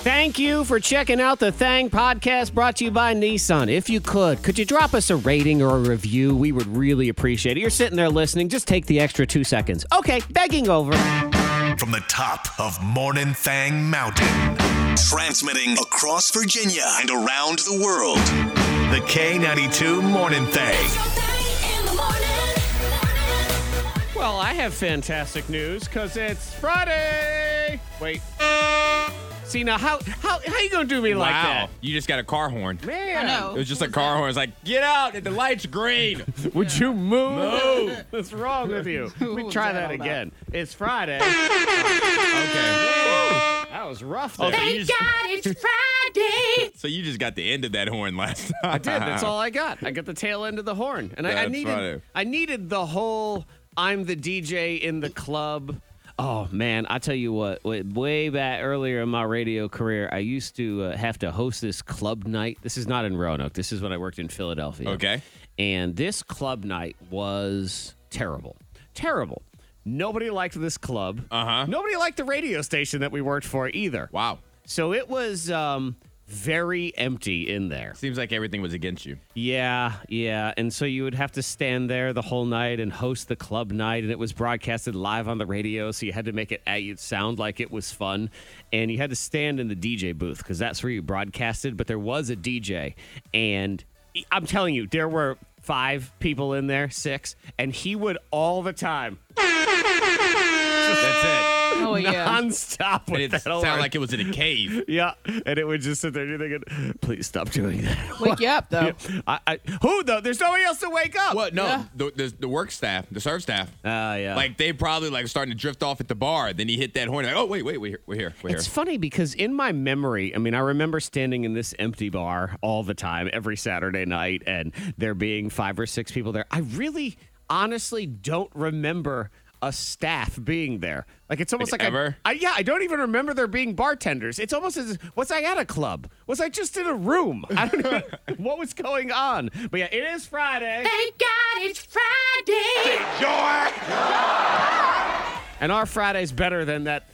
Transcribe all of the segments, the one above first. Thank you for checking out the Thang podcast brought to you by Nissan. If you could, could you drop us a rating or a review? We would really appreciate it. You're sitting there listening, just take the extra two seconds. Okay, begging over. From the top of Morning Thang Mountain, transmitting across Virginia and around the world. The K92 Morning Thang. Well, I have fantastic news because it's Friday. Wait. See now, how how how you gonna do me like wow. that, You just got a car horn. man? It was just a car horn. It's like, get out. The light's green. Would you move? Move. What's wrong with you? we was try that that all again. It's Friday. okay. that was rough. There. you just, it's Friday. so you just got the end of that horn last time. I did. That's all I got. I got the tail end of the horn, and I, I Uh-huh. That's needed funny. I needed the whole "I'm the DJ in the club." Oh man, I tell you what. wa- Way back earlier in my radio career, I used to uh, have to host this club night. This is not in Roanoke. This is when I worked in Philadelphia. Okay. And this club night was terrible. Terrible. Nobody liked this club. Uh-huh. Nobody liked the radio station that we worked for either. Wow. So it was um, very empty in there. Seems like everything was against you. Yeah, yeah. And so you would have to stand there the whole night and host the club night, and it was broadcasted live on the radio, so you had to make it uh, you'd sound like it was fun. And you had to stand in the DJ booth because that's where you broadcasted, but there was a DJ. And I'm telling you, there were five people in there, six, and he would all the time That's it. Oh yeah. nonstop But with it that sounded alarm. like it was in a cave. yeah, and it would just sit there and you're thinking, please stop doing that. Wake you up though. I, I, who though? There's nobody else to wake up. What? No. Yeah. The, the, the work staff, the serve staff. Ah, yeah. Like they probably like starting to drift off at the bar. Then he hit that horn. Like, oh wait, wait, we're here, we're here, we're here. It's funny because in my memory, I mean, I remember standing in this empty bar all the time, every Saturday night, and there being five or six people there. I really, honestly, don't remember a staff being there. Like it's almost Like like, I- ever? I, yeah, I don't even remember there being bartenders. It's almost as was I at a club? Was I just in a room? I don't know what was going on. But yeah, it is Friday. Thank God it's Friday. And our Friday's better than that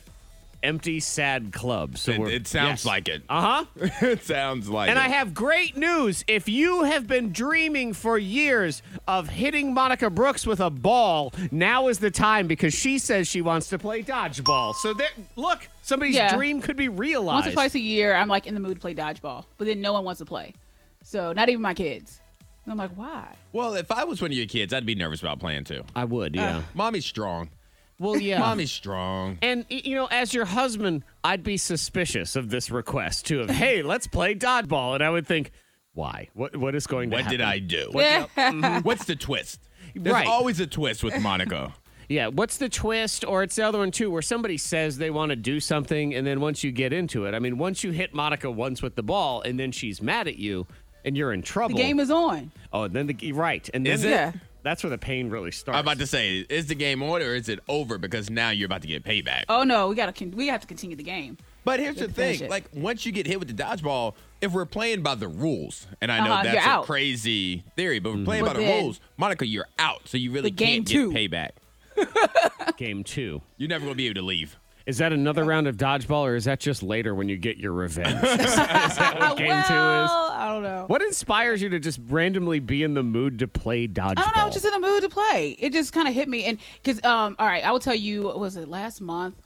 empty, sad club. So It- we're- it sounds yes. like it. Uh huh. it sounds like. And it. I have great news. If you have been dreaming for years of hitting Monica Brooks with a ball, now is the time because she says she wants to play dodgeball. So there, look, somebody's Yeah. dream could be realized. Once or twice a year, I'm like in the mood to play dodgeball, but then no one wants to play. So not even my kids. And I'm like, why? Well, if I was one of your kids, I'd be nervous about playing too. I Uh, would, yeah. Mommy's strong. well, yeah. Mommy's strong. And y- you know, as your husband, I'd be suspicious of this request too. Of hey, let's play dodgeball, and I would think, why? What? What is going to What happen? did I do? What's the twist? There's Right. always a twist with Monica. Yeah, what's the twist? Or it's the other one too, where somebody says they want to do something, and then once you get into it, I mean, once you hit Monica once with the ball, and then she's mad at you, and you're in trouble. The game is on. oh, and then the right, and then Is it? Yeah. that's where the pain really starts. I'm about to say, is the game on or is it over? Because now you're about to get payback. Oh no, we gotta con- we have to continue the game. but here's the have to finish thing: it. like once you get hit with the dodgeball, if we're playing by the rules, and I know Uh-huh, that's you're a out. Mm-hmm. crazy theory, but we're playing But by the then- rules, Monica, you're out. So you really The game can't get two. payback. game two. You're never gonna be able to leave. Is that another round of dodgeball, or is that just later when you get your revenge? Is that what game well, two is? I don't know. What inspires you to just randomly be in the mood to play dodgeball? I don't know. I was just in the mood to play. It just kind of hit me, and because um, all right, I will tell you. Was it last month?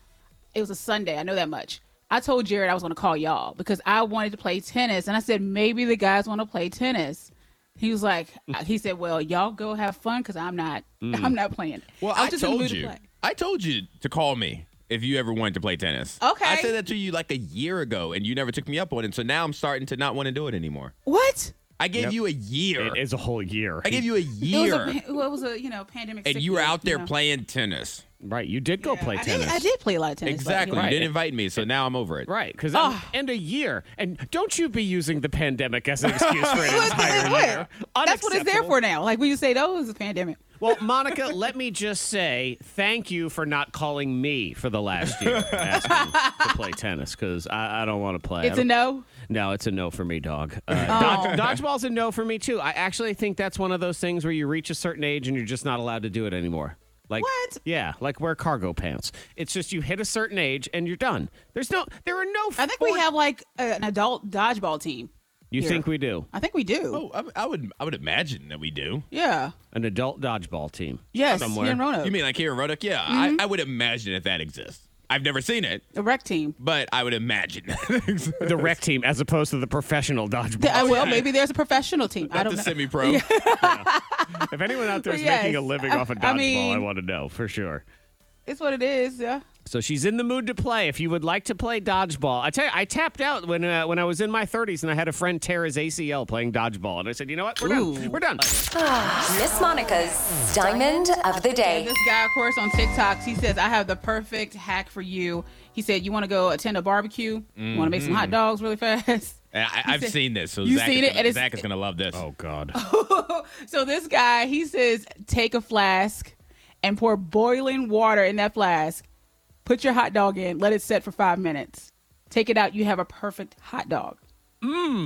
It was a Sunday. I know that much. I told Jared I was going to call y'all because I wanted to play tennis, and I said maybe the guys want to play tennis. He was like, uh, he said, "Well, y'all go have fun because I'm not, I'm not playing." Mm. Well, was I, just in the told mood to you. play. I told you to call me if you ever wanted to play tennis. Okay. I said that to you like a year ago, and you never took me up on it. So now I'm starting to not want to do it anymore. What? I gave you a year. It is a whole year. I gave you a It was year, a, pan- well, it was a you know pandemic, and sick you were leave, out there know. playing tennis. right, you did go Yeah, play I tennis. Did, I did play a lot of tennis. but, you Exactly. know. You didn't invite me, so now I'm over it. Right, because Ah. and a year, and don't you be using the pandemic as an excuse for an What- entire what- year. That's what it's there Unacceptable. for now. Like when you say, "Oh, it's a pandemic." Well, Monica, let me just say thank you for not calling me for the last year asking to play tennis because I, I don't want to play. I It's a don't- no. Oh. No, it's a no for me, dog. Uh, dodge, dodgeball's a no for me too. I actually think that's one of those things where you reach a certain age and you're just not allowed to do it anymore. Like What? Yeah, like wear cargo pants. It's just you hit a certain age and you're done. There's no, there are no. I think we four- have like a, an adult dodgeball team. You here. think we do I think we do. Oh, I, I would I would imagine that we do. Yeah. an adult dodgeball team? Yes. somewhere. Here in Roanoke. Mm-hmm. You mean like here in Roanoke? Yeah, I, I would imagine that that exists. I've never seen it, a rec team? but I would imagine that exists. the rec team as opposed to the professional dodgeball. Uh, well, yeah. maybe there's a professional team. I Not don't the know. semi-pro. if anyone out there is Yes. making a living off of dodgeball, I I, mean- want to know for sure. it's what it is. Yeah. So she's in the mood to play. If you would like to play dodgeball, I tell you, I tapped out when uh, when I was in my 30s and I had a friend tear his ACL playing dodgeball, and I said, you know what, we're Ooh. done, we're done. Miss Monica's Diamond of the Day. This guy, of course, on TikToks, he says, I have the perfect hack for you. He said, You want to go attend a barbecue? You want to make some Mm-hmm. hot dogs really fast? And I, I've seen this, so You've Zach, seen it, is gonna, and it's- Zach is gonna love this. Oh God, So this guy, he says, Take a flask and pour boiling water in that flask. Put your hot dog in, let it set for five minutes. Take it out, you have a perfect hot dog. You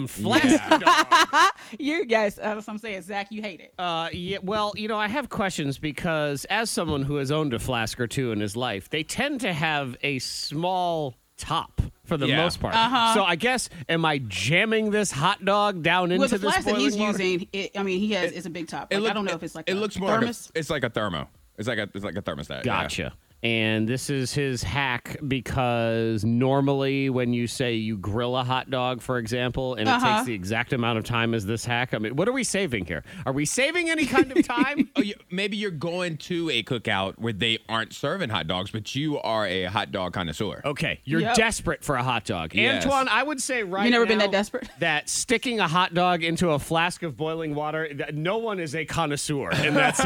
guys, uh, that's what I'm saying. Zach, you hate it. Uh, yeah, well, you know, I have questions because as someone who has owned a flask or two in his life, they tend to have a small top for the Yeah. most part. Uh-huh. So I guess, am I jamming this hot dog down into Well, the this flask that he's boiling water? using, it, I mean, he has it's a big top. Like, I look- don't know if it's like it a looks more. thermos. Like a, it's like a thermo. It's like a it's like a thermostat. yeah. Gotcha. And this is his hack because normally when you say you grill a hot dog, for example, and it Uh-huh. takes the exact amount of time as this hack, I mean, what are we saving here? Are we saving any kind of time? Oh, you, maybe you're going to a cookout where they aren't serving hot dogs, but you are a hot dog connoisseur. Okay, you're Yep. desperate for a hot dog, Yes. Antoine. I would say right. You never been now that desperate? That sticking a hot dog into a flask of boiling water. That no one is a connoisseur in that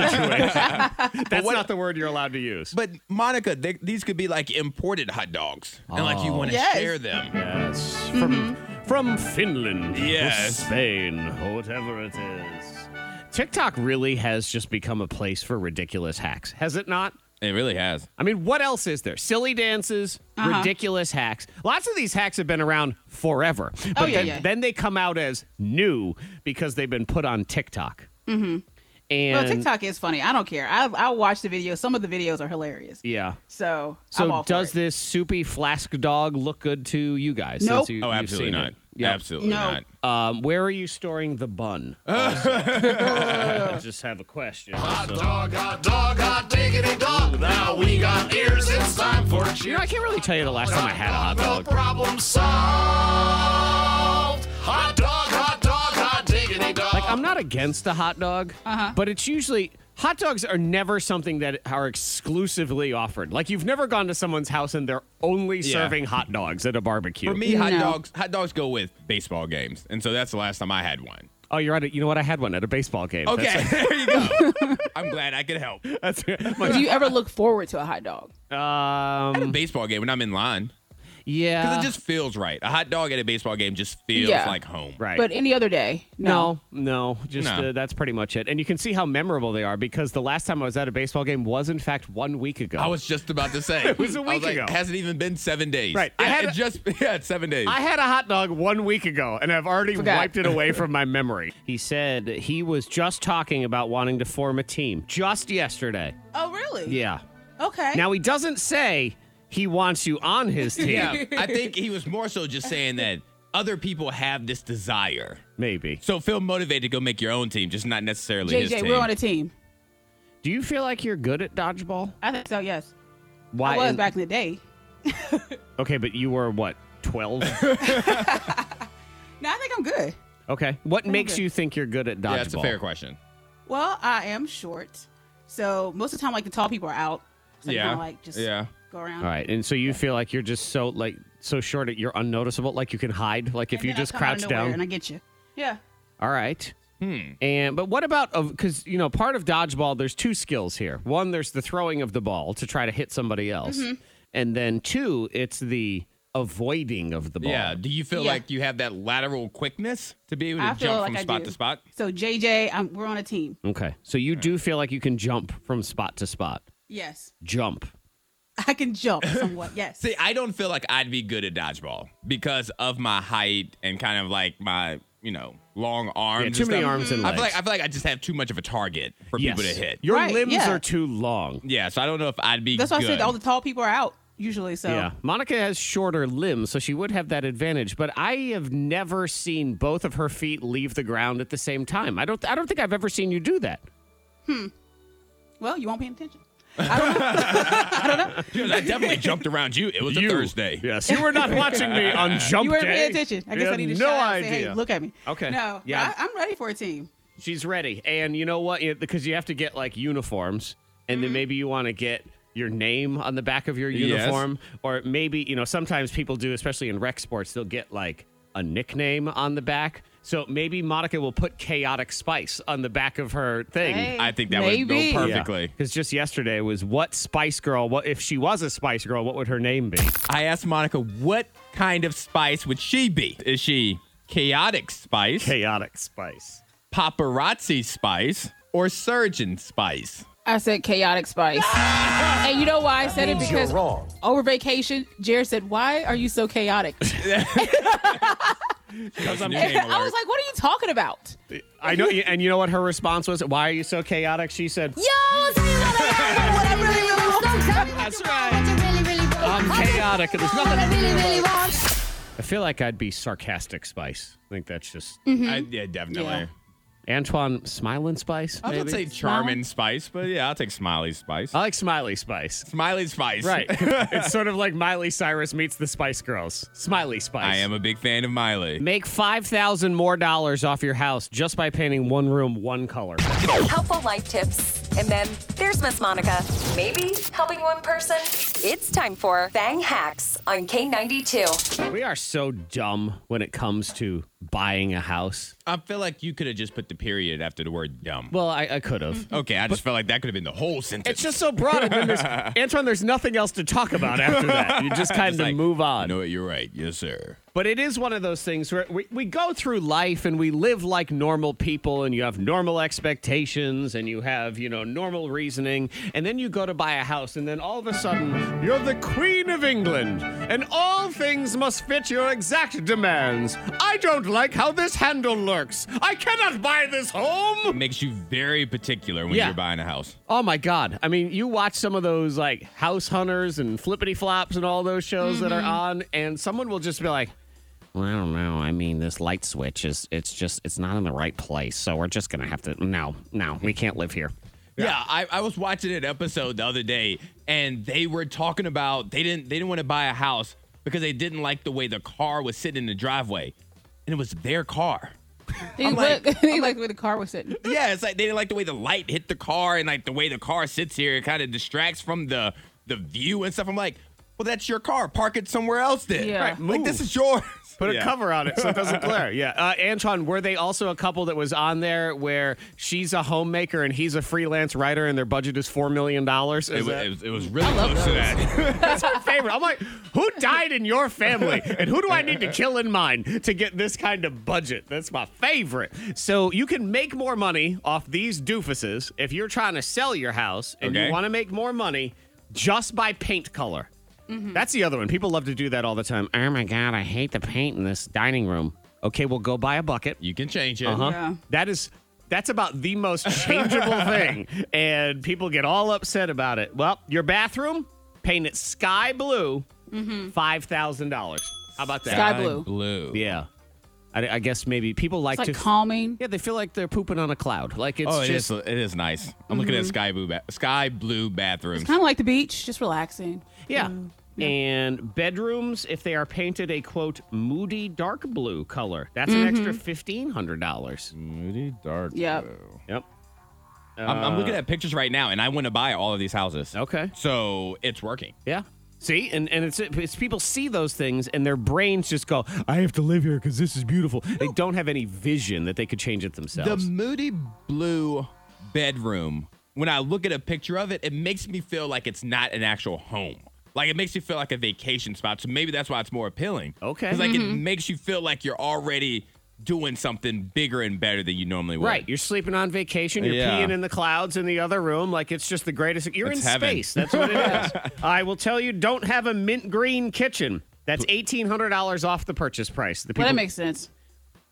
situation. That's not the word you're allowed to use. But Monica, they, these could be like imported hot dogs, and like you want to Yes. share them. yes, from Mm-hmm. from Finland, or Yes. Spain, or whatever it is. TikTok really has just become a place for ridiculous hacks, has it not? It really has. I mean, what else is there? Silly dances, Uh-huh. ridiculous hacks. Lots of these hacks have been around forever. But Oh, yeah, then, yeah. then they come out as new because they've been put on TikTok. Mm-hmm. And Well, TikTok is funny. I don't care. I I watch the videos. Some of the videos are hilarious. Yeah. So I'm So all does for it. this soupy flask dog look good to you guys? Nope. you, Oh, you've absolutely seen not. it? Yep. Absolutely No. not. Um, where are you storing the bun? Also? I just have a question. so. Dog, hot dog, hot diggity dog. Now we got ears. It's time for You know, I can't really tell you the last time I had a hot dog. problem solved. Hot dog, hot dog, hot diggity dog. Like, I'm not against a hot dog, but it's usually hot dogs are never something that are exclusively offered. Like, you've never gone to someone's house and they're only Yeah. serving hot dogs at a barbecue. For me, hot No. dogs hot dogs go with baseball games, and so that's the last time I had one. oh, you're at it. You know what? I had one at a baseball game. Okay, there you go. I'm glad I could help. That's, that's Do you ever look forward to a hot dog? um, Baseball game when I'm in line yeah. because it Uh, just feels right. A hot dog at a baseball game just feels Yeah. like home. right. But any other day, no. No, no, just No. Uh, that's pretty much it. And you can see how memorable they are because the last time I was at a baseball game was, in fact, one week ago. I was just about to say. it was a week ago. Hasn't even been seven days. Right. I I had had a- just yeah, it's seven days. I had a hot dog one week ago, and I've already Forgot. wiped it away from my memory. He said he was just talking about wanting to form a team just yesterday. Oh, really? Yeah. Okay. Now he doesn't say he wants you on his team. yeah, I think he was more so just saying that other people have this desire. Maybe. So feel motivated to go make your own team, just not necessarily his JJ, team. we're on a team. Do you feel like you're good at dodgeball? I think so. Yes, Why? I was in- back in the day. Okay, but you were what? 12? No, I think I'm good. okay. What makes you think you're good at dodgeball? yeah, that's a fair question. Well, I am short, so most of the time, like the tall people are out. So Yeah. yeah. Kind of like just Yeah. go around. All right. And so you feel like you're just so like so short that you're unnoticeable, like you can hide, like if And you then I just come out of crouch nowhere down. and I get you. Yeah. All right. Hmm. And but what about because you know part of dodgeball? There's two skills here. One, there's the throwing of the ball to try to hit somebody else, Mm-hmm. and then two, it's the avoiding of the ball. Yeah. Do you feel Yeah. like you have that lateral quickness to be able to I feel jump like from I spot do. to spot? So JJ, I'm, we're on a team. Okay. So you do feel like you can jump from spot to spot. Yes, Jump. I can jump somewhat. Yes. See, I don't feel like I'd be good at dodgeball because of my height and kind of like my you know, long arms. Yeah, and too many stuff. arms and I feel legs. like I feel like I just have too much of a target for people to hit. Your Right, limbs yeah. are too long. Yeah, so I don't know if I'd be. That's why I said good. all the tall people are out usually. So Yeah. Monica has shorter limbs, so she would have that advantage. But I have never seen both of her feet leave the ground at the same time. I don't I don't think I've ever seen you do that. well, you won't pay attention. Because I definitely jumped around you. It was a Thursday. Yes. You were not watching me on jump You weren't day. paying attention. I You guess I had need to no shout out and idea. say, hey, look at me. Okay. No, Yeah. I, I'm ready for a team. She's ready. And you know what? It- Because you have to get like uniforms, and Mm-hmm. then maybe you want to get your name on the back of your Yes. uniform. Or maybe, you know, sometimes people do, especially in rec sports, they'll get like a nickname on the back. So maybe Monica will put Chaotic Spice on the back of her thing. Hey. I think that would Maybe. go Yeah. perfectly. just yesterday was what Spice Girl, what if she was a Spice Girl, what would her name be? I asked Monica what kind of spice would she be? Is she chaotic spice, Chaotic Spice. paparazzi spice, or surgeon spice? I said chaotic spice. and you know why I said it? Because over vacation, Jared said, Why are you so chaotic? Because I'm I was like, What are you talking about? I know, and you know what her response was? Why are you so chaotic? She said, Yo, I'll tell you what I am and what I really, really want. Tell me what That's you want, what you really, really want. I'm I'll tell you chaotic and there's what I nothing- really, really want. I feel like I'd be sarcastic spice. I think that's just Mm. yeah, definitely. Mm-hmm. Yeah. Antoine Smiling Spice. I would maybe? say charming spice, but yeah, I'll take smiley spice. I like Smiley Spice. smiley spice. Right. it's sort of like Miley Cyrus meets the Spice Girls. Smiley Spice. I am a big fan of Miley. Make five thousand more dollars off your house just by painting one room one color. Helpful life tips. And then there's Miss Monica. Maybe helping one person. It's time for Bang Hacks on K92. We are so dumb when it comes to buying a house. I feel like you could have just put the period after the word dumb. Well, I, I could have. okay, I just felt like that could have been the whole sentence. It's just so broad. And then there's, Antoine, there's nothing else to talk about after that. You just kind It's of like, move on. You know what? You're right. Yes, sir. But it is one of those things where we, we go through life and we live like normal people and you have normal expectations and you have, you know, normal reasoning. And then you go to buy a house and then all of a sudden you're the queen of England and all things must fit your exact demands. I don't like how this handle looks. I cannot buy this home. It makes you very particular when Yeah. you're buying a house. Oh my God. I mean, you watch some of those like house hunters and flippity flops and all those shows that are on, and someone will just be like, well, I don't know. I mean, this light switch is, it's just, it's not in the right place. So we're just going to have to, no, no, we can't live here. Yeah, I, I was watching an episode the other day, and they were talking about they didn't they didn't want to buy a house because they didn't like the way the car was sitting in the driveway, and it was their car. They like- like, they like where the car was sitting. Yeah, it's like they didn't like the way the light hit the car and like the way the car sits here. It kind of distracts from the the view and stuff. I'm like, well, that's your car. Park it somewhere else then. Yeah. Right, like move. this is yours. Put Yeah. a cover on it so it doesn't glare. Yeah. Uh, Anton, were they also a couple that was on there where she's a homemaker and he's a freelance writer and their budget is $4 million? Is It was, that- it was, it was really close to that. That's my favorite. I'm like, who died in your family? And who do I need to kill in mine to get this kind of budget? That's my favorite. So you can make more money off these doofuses if you're trying to sell your house and Okay. you want to make more money just by paint color. That's the other one. People love to do that all the time. Oh my God, I hate the paint in this dining room. Okay, well, go buy a bucket. you can change it. Uh-huh. Yeah. That is that's about the most changeable thing and people get all upset about it. Well, your bathroom paint it sky blue, $5,000. How about that? Mm-hmm. Sky blue. Blue. Yeah. I, I guess maybe people like, It's like to calming. Yeah, they feel like they're pooping on a cloud. Like it's Oh, it is. just It is nice. I'm looking Mm-hmm. at sky blue, ba- sky blue bathrooms. Kind of like the beach, just relaxing. yeah. Mm-hmm. And bedrooms, if they are painted a quote moody dark blue color, that's an Mm-hmm. extra fifteen hundred dollars. Moody dark. Yep. blue. Yep. I'm, I'm looking at pictures right now, and I want to buy all of these houses. Okay. So it's working. Yeah. See, and, and it's, it's people see those things and their brains just go, I have to live here because this is beautiful. They don't have any vision that they could change it The themselves. moody blue bedroom. When I look at a picture of it, it makes me feel like it's not an actual home. Like it makes me feel like a vacation spot. So maybe that's why it's more appealing. Okay. 'Cause, like it Mm-hmm. makes you feel like you're already doing something bigger and better than you normally would. right. You're sleeping on vacation. You're Yeah. peeing in the clouds in the other room. Like it's just the greatest. You're It's in heaven. space. That's what it is. I will tell you, don't have a mint green kitchen. That's $1,800 off the purchase price. The Well, people- that makes sense.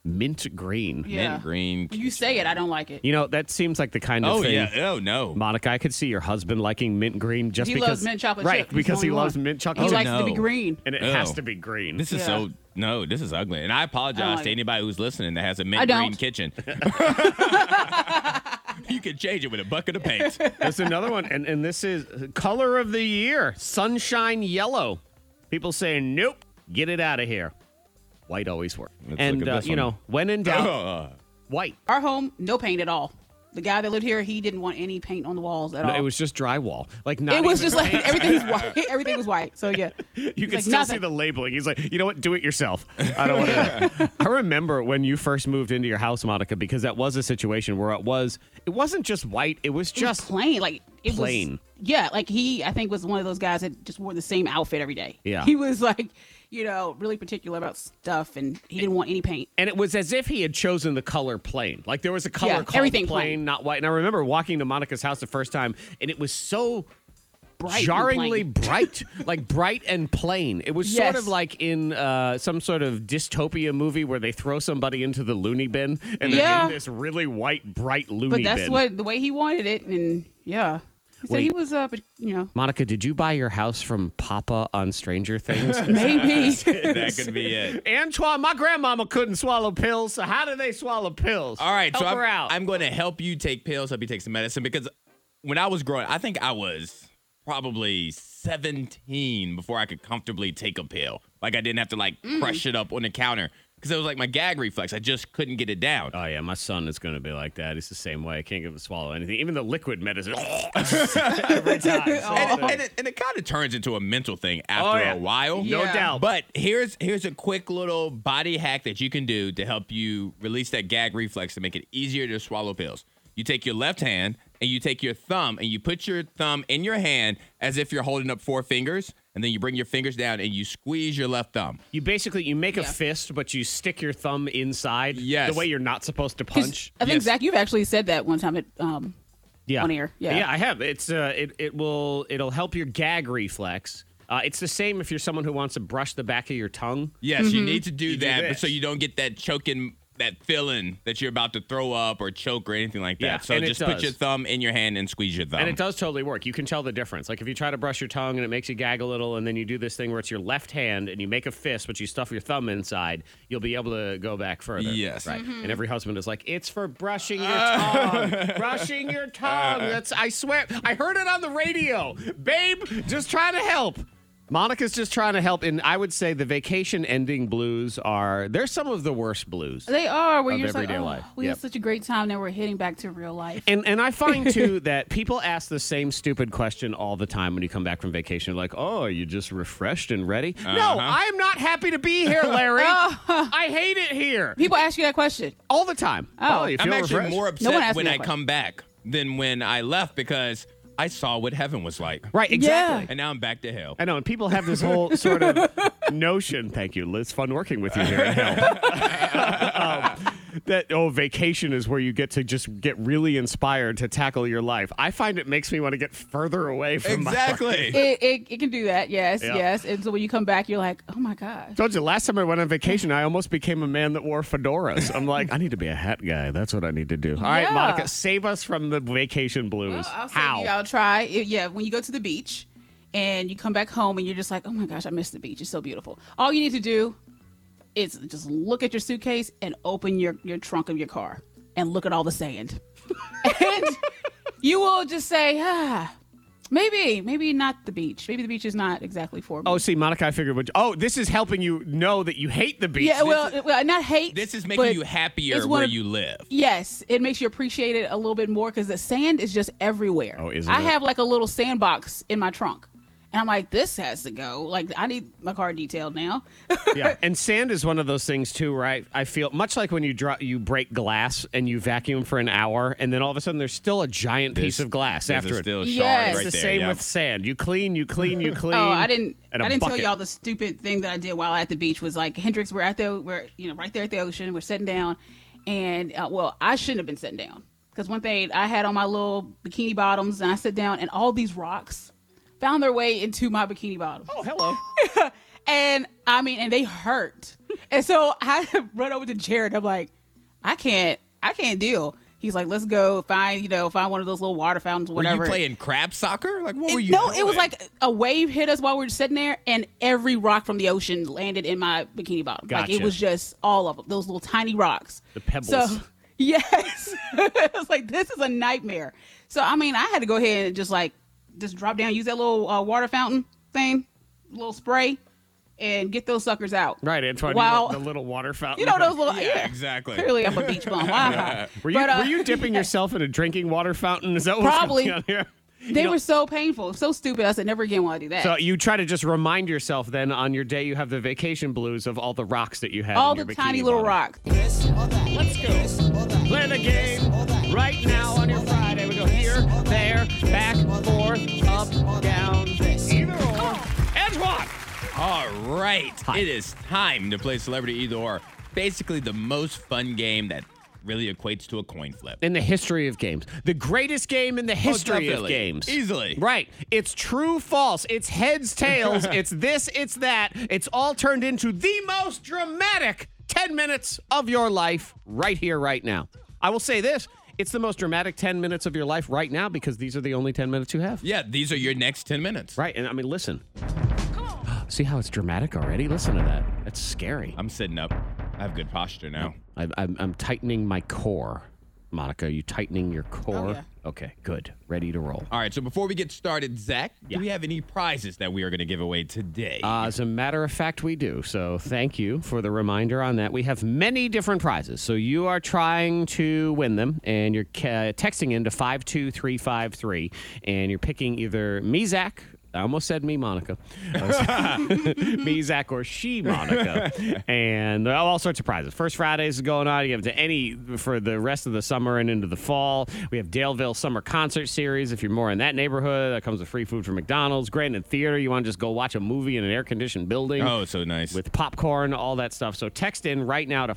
mint green. Yeah. Mint green. When you say it, I don't like it. You know, that seems like the kind of Oh thing. yeah. Oh no. Monica, I could see your husband liking mint green just He because loves mint chocolate right? chip. He's Because the he only loves one. mint He chocolate Oh, chip, likes to be no. green. and it Oh. has to be green. This is Yeah. so no. This is ugly, and I apologize like to it. anybody who's listening that has a I mint don't. green kitchen. you can change it with a bucket of paint. There's another one, and, and this is color of the year, sunshine yellow. People saying, nope, get it out of here. White always works. Let's and look at uh, this you one. Oh. know, when in doubt, white. Our home, no paint at all. The guy that lived here, he didn't want any paint on the walls at No, all. it was just drywall. Like not. It was even just like paint. everything's white. Everything was white. So yeah, You can still like see nothing. the labeling. He's like, you know what? Do it yourself. I don't want to. I remember when you first moved into your house, Monica, because that was a situation where it was. It wasn't just white. It was It was just plain. Like it plain. was. Yeah, like he, I think was one of those guys that just wore the same outfit every day. Yeah. he was like, you know, really particular about stuff, and he didn't want any paint. and it was as if he had chosen the color plain. Like there was a color Yeah, called everything plain, plain. not white. And I remember walking to Monica's house the first time, and it was so Bright, and jarringly plain. bright, like bright and plain. It was sort Yes. of like in uh, some sort of dystopia movie where they throw somebody into the loony bin and they're Yeah. in this really white, bright loony But that's bin. what the way he wanted it, and yeah, so Wait. he was uh, but, you know, Monica, did you buy your house from Papa on Stranger Things? maybe. that could be it. Antoine, my grandmama couldn't swallow pills, so how do they swallow pills? All right, Help so I'm, her out. I'm going to help you take pills, help you take some medicine because when I was growing, I think I was probably 17 before I could comfortably take a pill. Like I didn't have to like Mm-hmm. crush it up on the counter because it was like my gag reflex. I just couldn't get it down. Oh yeah, my son is going to be like that. He's the same way. I can't get him to swallow anything, even the liquid medicine. Every time. and, and it, and it kind of turns into a mental thing after Oh, yeah. a while. No Yeah. doubt. But here's here's a quick little body hack that you can do to help you release that gag reflex to make it easier to swallow pills. You take your left hand and you take your thumb and you put your thumb in your hand as if you're holding up four fingers, and then you bring your fingers down and you squeeze your left thumb. you basically you make a Yeah. fist, but you stick your thumb inside. Yes. The way you're not supposed to 'Cause punch. I think Yes. Zach, you've actually said that one time. At, um, Yeah. on air. Yeah. Yeah, I have. It's uh it, it will it'll help your gag reflex. Uh, it's the same if you're someone who wants to brush the back of your tongue. Yes, you need to do do that this. so you don't get that choking that feeling that you're about to throw up or choke or anything like that. Yeah, so and it just put does. your thumb in your hand and squeeze your thumb. And it does totally work. You can tell the difference. Like if you try to brush your tongue and it makes you gag a little, and then you do this thing where it's your left hand and you make a fist, but you stuff your thumb inside, you'll be able to go back further. Yes. Right. And every husband is like, "It's for brushing your tongue, brushing your tongue." That's I swear, I heard it on the radio, babe. Just trying to help. Monica's just trying to help, and I would say the vacation ending blues are they're some of the worst blues. They are where Of you're just like, everyday oh, life. we Yep. had such a great time. Now we're heading back to real life. And and I find too that people ask the same stupid question all the time when you come back from vacation. Like, oh, are you just refreshed and ready? Uh-huh. No, I am not happy to be here, Larry. Oh. I hate it here People ask you that question. all the time. Oh. you I'm feel actually refreshed? more No one upset asked when me that I question. come back than when I left because I saw what heaven was like. right. Exactly. And now I'm back to hell. I know, and people have this whole sort of notion. Thank you. It's fun working with you here at Help. um, that oh, vacation is where you get to just get really inspired to tackle your life. I find it makes me want to get further away from my life. Exactly. It, it, it can do that. Yes, Yeah. yes. And so when you come back, you're like, oh my gosh. Told you last time I went on vacation, I almost became a man that wore fedoras. I'm like, I need to be a hat guy. That's what I need to do. All right, Yeah. Monica, save us from the vacation blues. I'll save How? you. I'll try. It- yeah, when you go to the beach and you come back home and you're just like, oh my gosh, I miss the beach. It's so beautiful. All you need to do is just look at your suitcase and open your, your trunk of your car and look at all the sand. and you will just say, ah, maybe, maybe not the beach. Maybe the beach is not exactly for me. Oh, see, Monica, I figured. Would, oh, this is helping you know that you hate the beach. yeah, well, well, not hate. This is but making you it's happier one where of- you live. Yes, it makes you appreciate it a little bit more because the sand is just everywhere. Oh, isn't I it? have like a little sandbox in my trunk, and I'm like, this has to go. Like, I need my car detailed now. yeah. And sand is one of those things too, where I, I feel much like when you draw, you break glass and you vacuum for an hour, and then all of a sudden there's still a giant piece of glass There's a after it. still shard Yes. it's right the there, same yeah. with sand. You clean, you clean, you clean. oh, I didn't. I and a didn't bucket. tell y'all the stupid thing that I did while at the beach was like Hendrix. We're at the we're you know right there at the ocean. We're sitting down, and uh, well, I shouldn't have been sitting down because one thing I had on my little bikini bottoms, and I sit down, and all these rocks found their way into my bikini bottom. Oh, hello. and I mean, and they hurt. And so I run over to Jared. I'm like, I can't, I can't deal. He's like, let's go find, you know, find one of those little water fountains, Were whatever. you playing crab soccer? Like what were It- you? no, it was doing? like a wave hit us while we were sitting there, and every rock from the ocean landed in my bikini bottom. Like Gotcha. it was just all of them, those little tiny rocks. The pebbles. So, yes, it was like this is a nightmare. So I mean, I had to go ahead and just like just drop down, use that little uh, water fountain thing, little spray, and get those suckers out. Right, Antoine. Wow. You know, the little water fountain. You know those little yeah, exactly. Clearly, I'm a beach bum. Wow. Were you, But, uh, were you dipping yourself in a drinking water fountain? Is that what's Probably. going on here? You They know, were so painful, so stupid. I said, never again will I do that. So you try to just remind yourself then on your day you have the vacation blues of all the rocks that you had. all in the your tiny bikini little bottom. rocks. Let's go. Play the game right now on your Friday. We go here, there, back, forth, up, down, either or. Edgewater. All right. It is time to play Celebrity Either Or. Basically, the most fun game that really equates to a coin flip. in the history of games. The greatest game in the history of Oh, definitely. games. Easily. Right. It's true, false. It's heads, tails. it's this, it's that. It's all turned into the most dramatic 10 minutes of your life right here, right now. I will say this it's the most dramatic 10 minutes of your life right now because these are the only 10 minutes you have. Yeah, these are your next 10 minutes. Right. And I mean, listen. See how it's dramatic already? Listen to that. That's scary. I'm sitting up. I have good posture now. I, I'm, I'm tightening my core. Monica, are you tightening your core? yeah. Okay, good. Ready to roll. All right, so before we get started, Zach, Yeah. do we have any prizes that we are going to give away today? Uh, as a matter of fact, we do. So thank you for the reminder on that. We have many different prizes. So you are trying to win them, and you're ca- texting into 52353, and you're picking either me, Zach. I almost said me, Monica. me, Mm. Zach, or she, Monica. and there are all sorts of prizes. First Fridays is going on. You have to any for the rest of the summer and into the fall. We have Daleville Summer Concert Series. If you're more in that neighborhood, that comes with free food from McDonald's. Grand Theater, you want to just go watch a movie in an air conditioned building oh, so nice. with popcorn, all that stuff. So text in right now to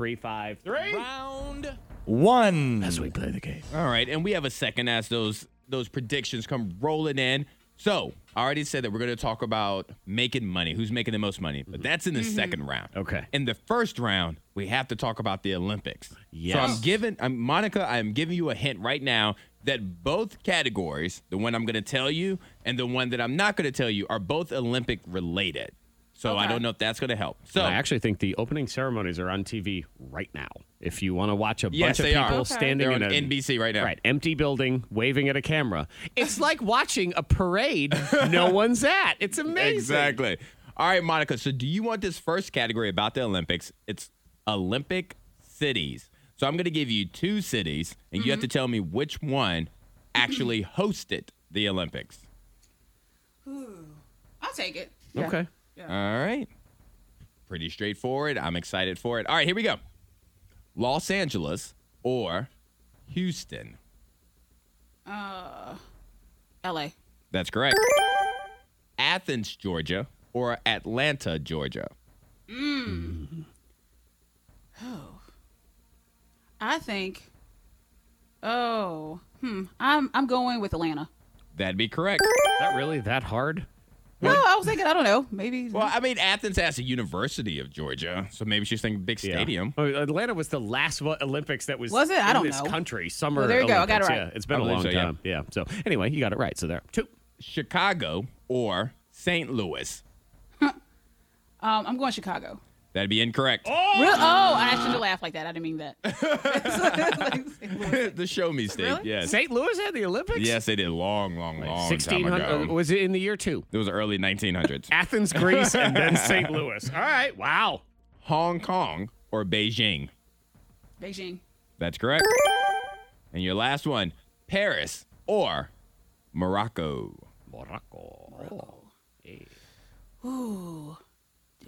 52353 round. One. as we play the game. All right, and we have a second as those those predictions come rolling in. So I already said that we're going to talk about making money, who's making the most money, but that's in the second round. Mm-hmm. Okay. In the first round, we have to talk about the Olympics. Yes. So I'm giving I'm, Monica, I'm giving you a hint right now that both categories, the one I'm going to tell you and the one that I'm not going to tell you, are both Olympic related. So I Okay. don't know if that's going to help. So I actually think the opening ceremonies are on TV right now. If you want to watch a Yes, bunch of they are. people Okay. standing They're in on a- NBC right now. right, empty building, waving at a camera, it's like watching a parade no one's at. It's amazing. Exactly. All right, Monica. So, do you want this first category about the Olympics? It's Olympic cities. So, I'm going to give you two cities, and you have to tell me which one actually hosted the Olympics. I'll take it. Okay. All right. Pretty straightforward. I'm excited for it. All right, here we go Los Angeles or Houston? L.A. That's correct. Athens, Georgia or Atlanta, Georgia? I think. Oh, hmm. I'm I'm going with Atlanta. That'd be correct. Is that really that hard? No, I was thinking. I don't know. Maybe. Well, I mean, Athens has a University of Georgia, so maybe she's thinking big stadium. Oh, Atlanta was the last wa- Olympics that was Was it? I in don't this know. country. Summer. Well, there you go. I got Olympics. it right. Yeah, it's been I a believe long so, yeah. time. Yeah. So anyway, you got it right. So there. Two. Chicago or St. Louis. Um, I'm going Chicago. That'd be incorrect. Real- Oh, I shouldn't have laughed like that. I didn't mean that. the show me state. Really? Yes. St. Louis had the Olympics. Yes, they did long, long, long Sixteen time ago. hundred. uh, Was it in the year two? it was early 1900s. Athens, Greece, and then St. Louis. All right. Wow. Hong Kong or Beijing. Beijing. That's correct. And your last one, Paris or Morocco. Morocco. Ooh,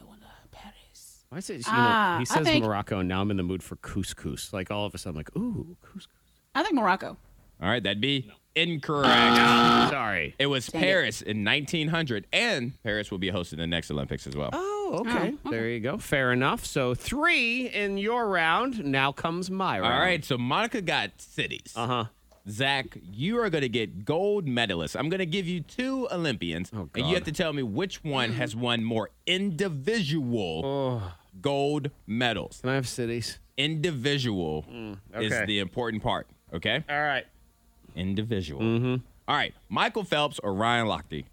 I want Paris. Why is it? You Ah, know, he I says think- Morocco, and now I'm in the mood for couscous. Like all of a sudden, like ooh, couscous. I think Morocco. All right, that'd be incorrect. Ah! Ah. Sorry. It was it. Paris in 1900, and Paris will be hosting the next Olympics as well. Oh, okay. Uh-huh. There you go. Fair enough. So three in your round. Now comes my round. All right, so Monica got cities. Uh-huh. Uh huh. Zach, you are going to get gold medalists. I'm going to give you two Oh, Oh. Olympians, and you have to tell me which one has won more individual gold medals. Can I have cities? Individual Mm, okay. is the important part. Okay? All right. Individual. Mm-hmm. All right. Michael Phelps or Ryan Lochte?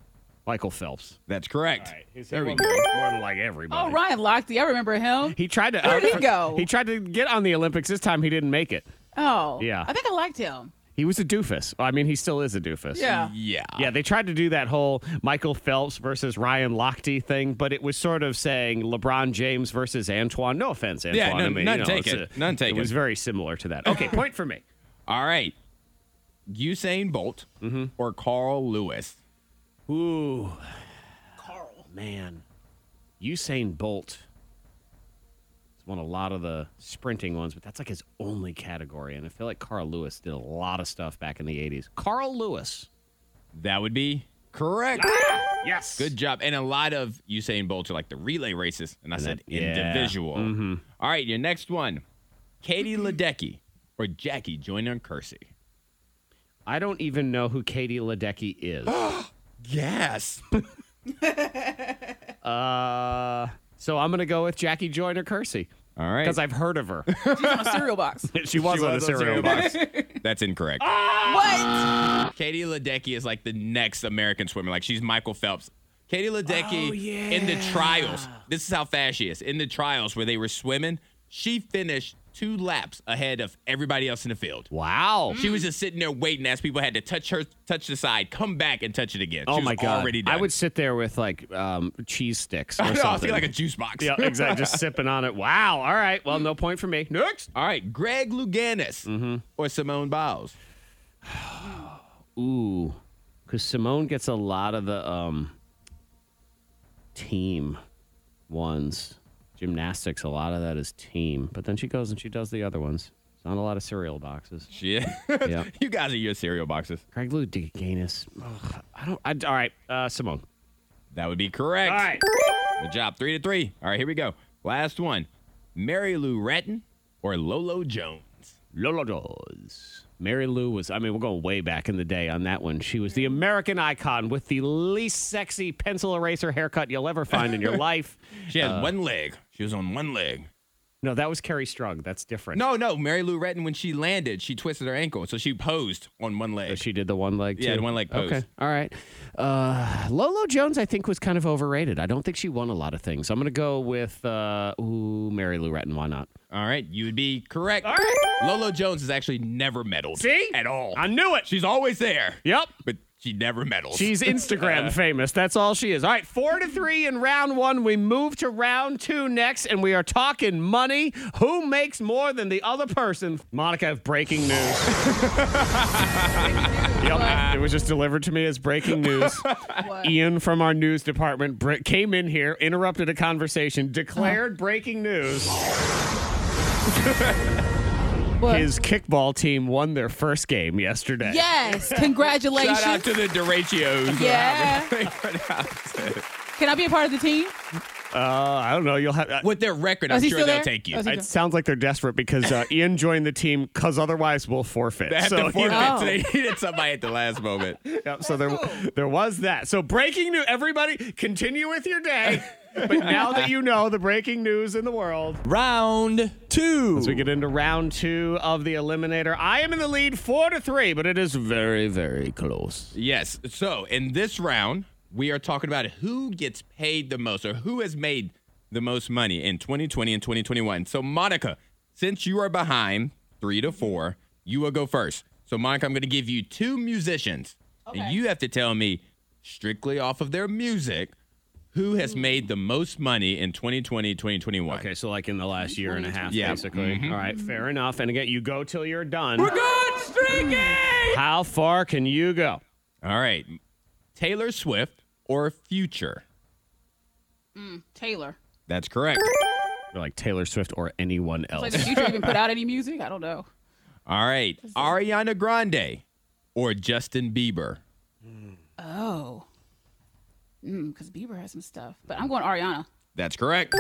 Michael Phelps. That's correct. There we go. More than like everybody. Oh, Ryan Lochte, I remember him. He tried to. uh, Where'd he go? He tried to get on the Olympics. This time he didn't make it. Oh, Yeah. I think I liked him. He was a doofus. I mean, he still is a doofus. Yeah. Yeah. Yeah, they tried to do that whole Michael Phelps versus Ryan Lochte thing, but it was sort of saying LeBron James versus Antoine. No offense, Antoine. Yeah, no- I mean, none you know, taken. it's None taken. It was very similar to that. Okay, point for me. All right. Usain Bolt Mm-hmm. or Carl Lewis? Ooh. Carl. Man. Usain Bolt has won a lot of the sprinting ones, but that's like his only category. And I feel like Carl Lewis did a lot of stuff back in the 80s. Carl Lewis. That would be correct. Ah! Yes. Good job. And a lot of Usain Bolts are like the relay races, and I said that- yeah. individual. All right, your next one. Katie Ledecky or Jackie Joyner Kersey? I don't even know who Katie Ledecky is. Yes. uh, so I'm going to go with Jackie Joyner Kersey All right. because I've heard of her. He's on a cereal box. she was She on the was cereal box. box. That's incorrect. what? Katie Ledecky is like the next American swimmer. Like she's Michael Phelps. Katie Ledecky in the trials. This is how fast she is. In the trials where they were swimming, she finished two laps ahead of everybody else in the field. Wow. She was just sitting there waiting as people had to touch her, touch the side, come back and touch it again. Oh she my was god! Already done. I would sit there with like um, cheese sticks or I know, I something. feel like a juice box. Yeah, exactly. Just sipping on it. Wow. All right. Well, no point for me. Next. All right, Greg Louganis Mm-hmm. or Simone Biles. Ooh, because Simone gets a lot of the um, team ones. Gymnastics, a lot of that is team, but then she goes and she does the other ones. It's not a lot of cereal boxes. Shit. Yeah. you guys are your cereal boxes. Craig Lou Gaines. Ugh, I don't. I, all right. Uh, Simone. That would be correct. All right. Good job. Three to three. All right, here we go. Last one. Mary Lou Retton or Lolo Jones? Lolo Jones. Mary Lou was, I mean, we're going way back in the day on that one. She was the American icon with the least sexy pencil eraser haircut you'll ever find in your life. She Uh. had one leg. She was on one leg. No, that was Carrie Strug. That's different. No, no. Mary Lou Retton, when she landed, she twisted her ankle. So she posed on one leg. She did the one leg. Yeah, too? the one leg pose. Okay, all right. Uh, Lolo Jones, I think, was kind of overrated. I don't think she won a lot of things. I'm gonna go with uh, ooh, Mary Lou Retton. Why not? All right, you would be correct. Lolo Jones has actually never medaled. See? At all. I knew it. She's always there. Yep. But she never medals. She's Instagram famous. That's all she is. All right, four to three in round one. We move to round two next, and we are talking money. Who makes more than the other person? Monica, I have breaking news. yep, it was just delivered to me as breaking news. Ian from our news department br- came in here, interrupted a conversation, Uh-huh. declared breaking news. What? His kickball team won their first game yesterday. Yes. Shout out Congratulations. to the Duratios. uh, Yeah. Can I be a part of the team? Uh, I don't know. You'll have. I- With their record, I'm is he sure still they'll there? take you. Oh, is he It sounds like they're desperate because uh, Ian joined the team because otherwise we'll forfeit. They have So, to forfeit. Oh. so They needed somebody at the last moment. yep, so there, there was that. So breaking news. Everybody, continue with your day. but now that you know the breaking news in the world, Round two. as we get into round two of the eliminator, I am in the lead four to three, but it is very, very close. Yes. So in this round, we are talking about who gets paid the most or who has made the most money in 2020 and 2021. So, Monica, since you are behind three to four, you will go first. So, Monica, I'm going to give you two musicians, and you have to tell me strictly off of their music who has made the most money in 2020, 2021. Okay, so like in the last year and a half, Yeah. basically. All right, fair enough. And again, you go till you're done. Good streaking! How far can you go? All right. Taylor Swift or Future? Taylor. That's correct. Like Taylor Swift or anyone else. Like, did Future even put out any music? I don't know. All right. Ariana Grande or Justin Bieber? Oh. Because Bieber has some stuff. But I'm going Ariana. That's correct.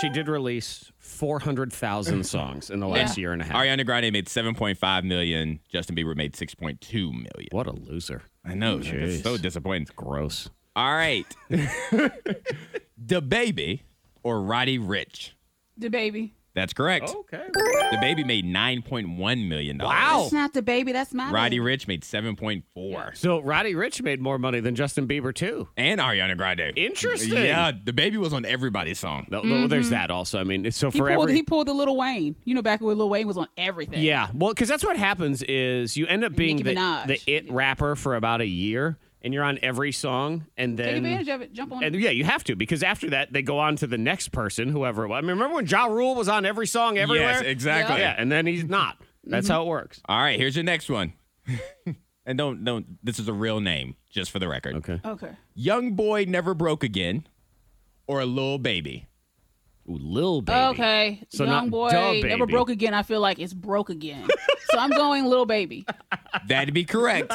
She did release 400,000 songs in the last Yeah. year and a half. Ariana Grande made 7.5 million. Justin Bieber made 6.2 million. What a loser. I know. It's so disappointing. Gross. All right. The baby or Roddy Rich? The baby. That's correct. Okay. The baby made nine point one million dollars. Oh. Wow. It's not the baby. That's my. Roddy baby. Rich made seven point four. So Roddy Rich made more money than Justin Bieber too. And Ariana Grande. Interesting. Yeah, the baby was on everybody's song. No, There's Mm-hmm. that also. I mean, so He for pulled. every He pulled the Little Wayne. You know, back when Little Wayne was on everything. Yeah, well, because that's what happens is you end up being Nicki the, Minaj. the it rapper for about a year, and you're on every song, and Take then advantage of it. Jump on. and it. yeah, you have to because after that they go on to the next person, whoever. it was. I mean, remember when Ja Rule was on every song everywhere? Yes, exactly. Yeah, and then he's not. Mm-hmm. That's how it works. All right, here's your next one. and don't don't this is a real name, just for the record. Okay. Okay. Young boy never broke again, or a little baby. Ooh, Lil Baby. Okay. So Young not boy Duh never Baby. broke again. I feel like it's broke again. so I'm going Little Baby. That'd be correct.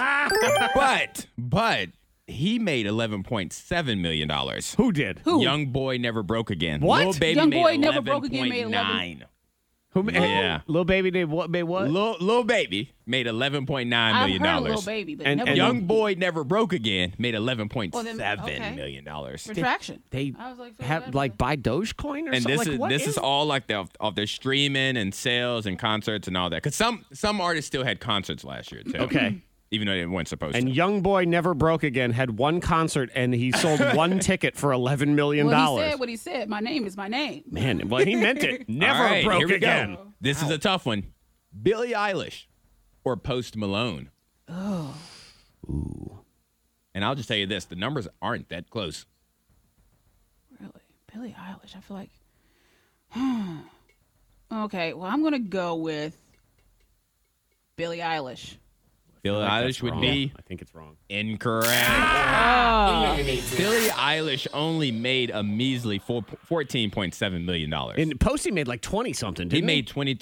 but but he made eleven point seven million dollars. Who did? Who? Young boy never broke again. What? Lil baby Young made boy never broke again made 11.9. Who? ma- Yeah. Lil Baby made what? Made what? Lil, Lil baby made eleven point nine I've million heard of Little dollars. Baby, but And- never and Young boy never broke again made eleven point Well, seven million then, okay. dollars. retraction. they I was like, Phil, have that's like a- buy Dogecoin or and something. this Like, is what this is, all like the off their streaming and sales and concerts and all that. Cause some some artists still had concerts last year too. Okay. Even though they weren't supposed And to. Young Boy Never Broke Again had one concert and he sold one ticket for eleven million Well, he dollars. said what he said. My name is my name. Man, well he meant it. Never All right, broke here we again. Go. This is a tough one. Billie Eilish or Post Malone. Oh. Ooh. And I'll just tell you this: the numbers aren't that close. Really, Billie Eilish. I feel like. hmm. okay. Well, I'm gonna go with Billie Eilish. Billie Eilish would be I think it's wrong. incorrect. Ah! Billie Eilish only made a measly four, $14.7 million. And Posty made like twenty something. he Didn't Mm-hmm. made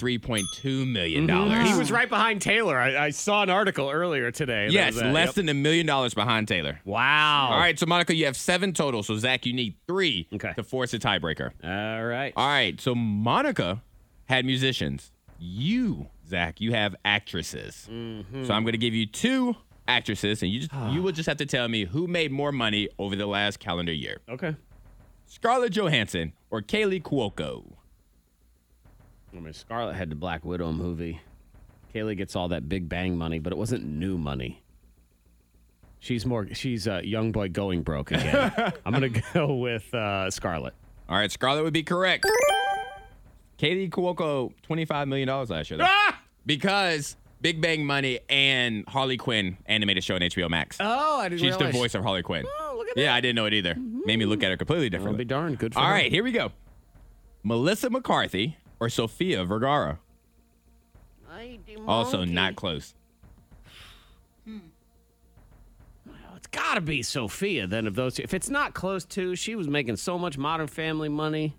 $23.2 million. dollars. He was right behind Taylor. I, I saw an article earlier today. that Yes, was that. less Yep. than a million dollars behind Taylor. Wow. All right, so Monica, you have seven total. So Zach, you need three Okay. to force a tiebreaker. All right. All right, so Monica had musicians. You, Zach, you have actresses. Mm-hmm. So I'm going to give you two actresses, and you just you will just have to tell me who made more money over the last calendar year: Okay. Scarlett Johansson or Kaylee Cuoco. I mean, Scarlett had the Black Widow movie. Kaylee gets all that Big Bang money, but it wasn't new money. She's more. She's a young boy going broke again. I'm gonna go with uh, Scarlett. All right, Scarlett would be correct. Kaylee Cuoco, $25 million last year. Though, Ah! Because Big Bang Money and Harley Quinn animated show on HBO Max. Oh, I didn't She's the voice of Harley Quinn. Oh, look at Mm-hmm. yeah, I didn't know it either. Made me look at her completely I'll be differently. darned. Good for All her. right, here we go. Melissa McCarthy or Sophia Vergara? Also not close. Well, It's got to be Sophia then of those two. If it's not close to, she was making so much Modern Family money.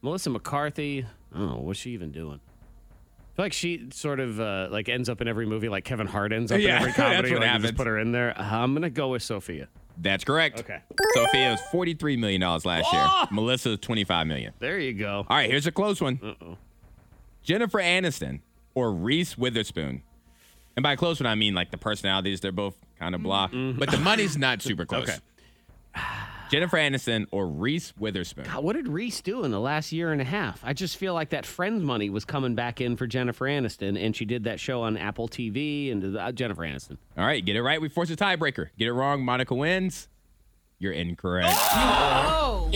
Melissa McCarthy, I don't know what's she even doing. I feel like she sort of uh, like ends up in every movie, like Kevin Hart ends up Yeah, in every that's comedy. what like, you happens. Just put her in there. Uh, I'm gonna go with Sophia. That's correct. Okay. Sophia was $43 million last Ah! year. Melissa was $25 million. There you go. All right, here's a close one. Jennifer Aniston or Reese Witherspoon. And by close one, I mean like the personalities, they're both kind of blah, but the money's not super close. Mm-hmm. Okay. Jennifer Aniston or Reese Witherspoon. God, Uh, what did Reese do in the last year and a half? I just feel like that Friends money was coming back in for Jennifer Aniston, and she did that show on Apple TV and uh, Jennifer Aniston. All right, get it right. We force a tiebreaker. Get it wrong, Monica wins. You're incorrect. Oh,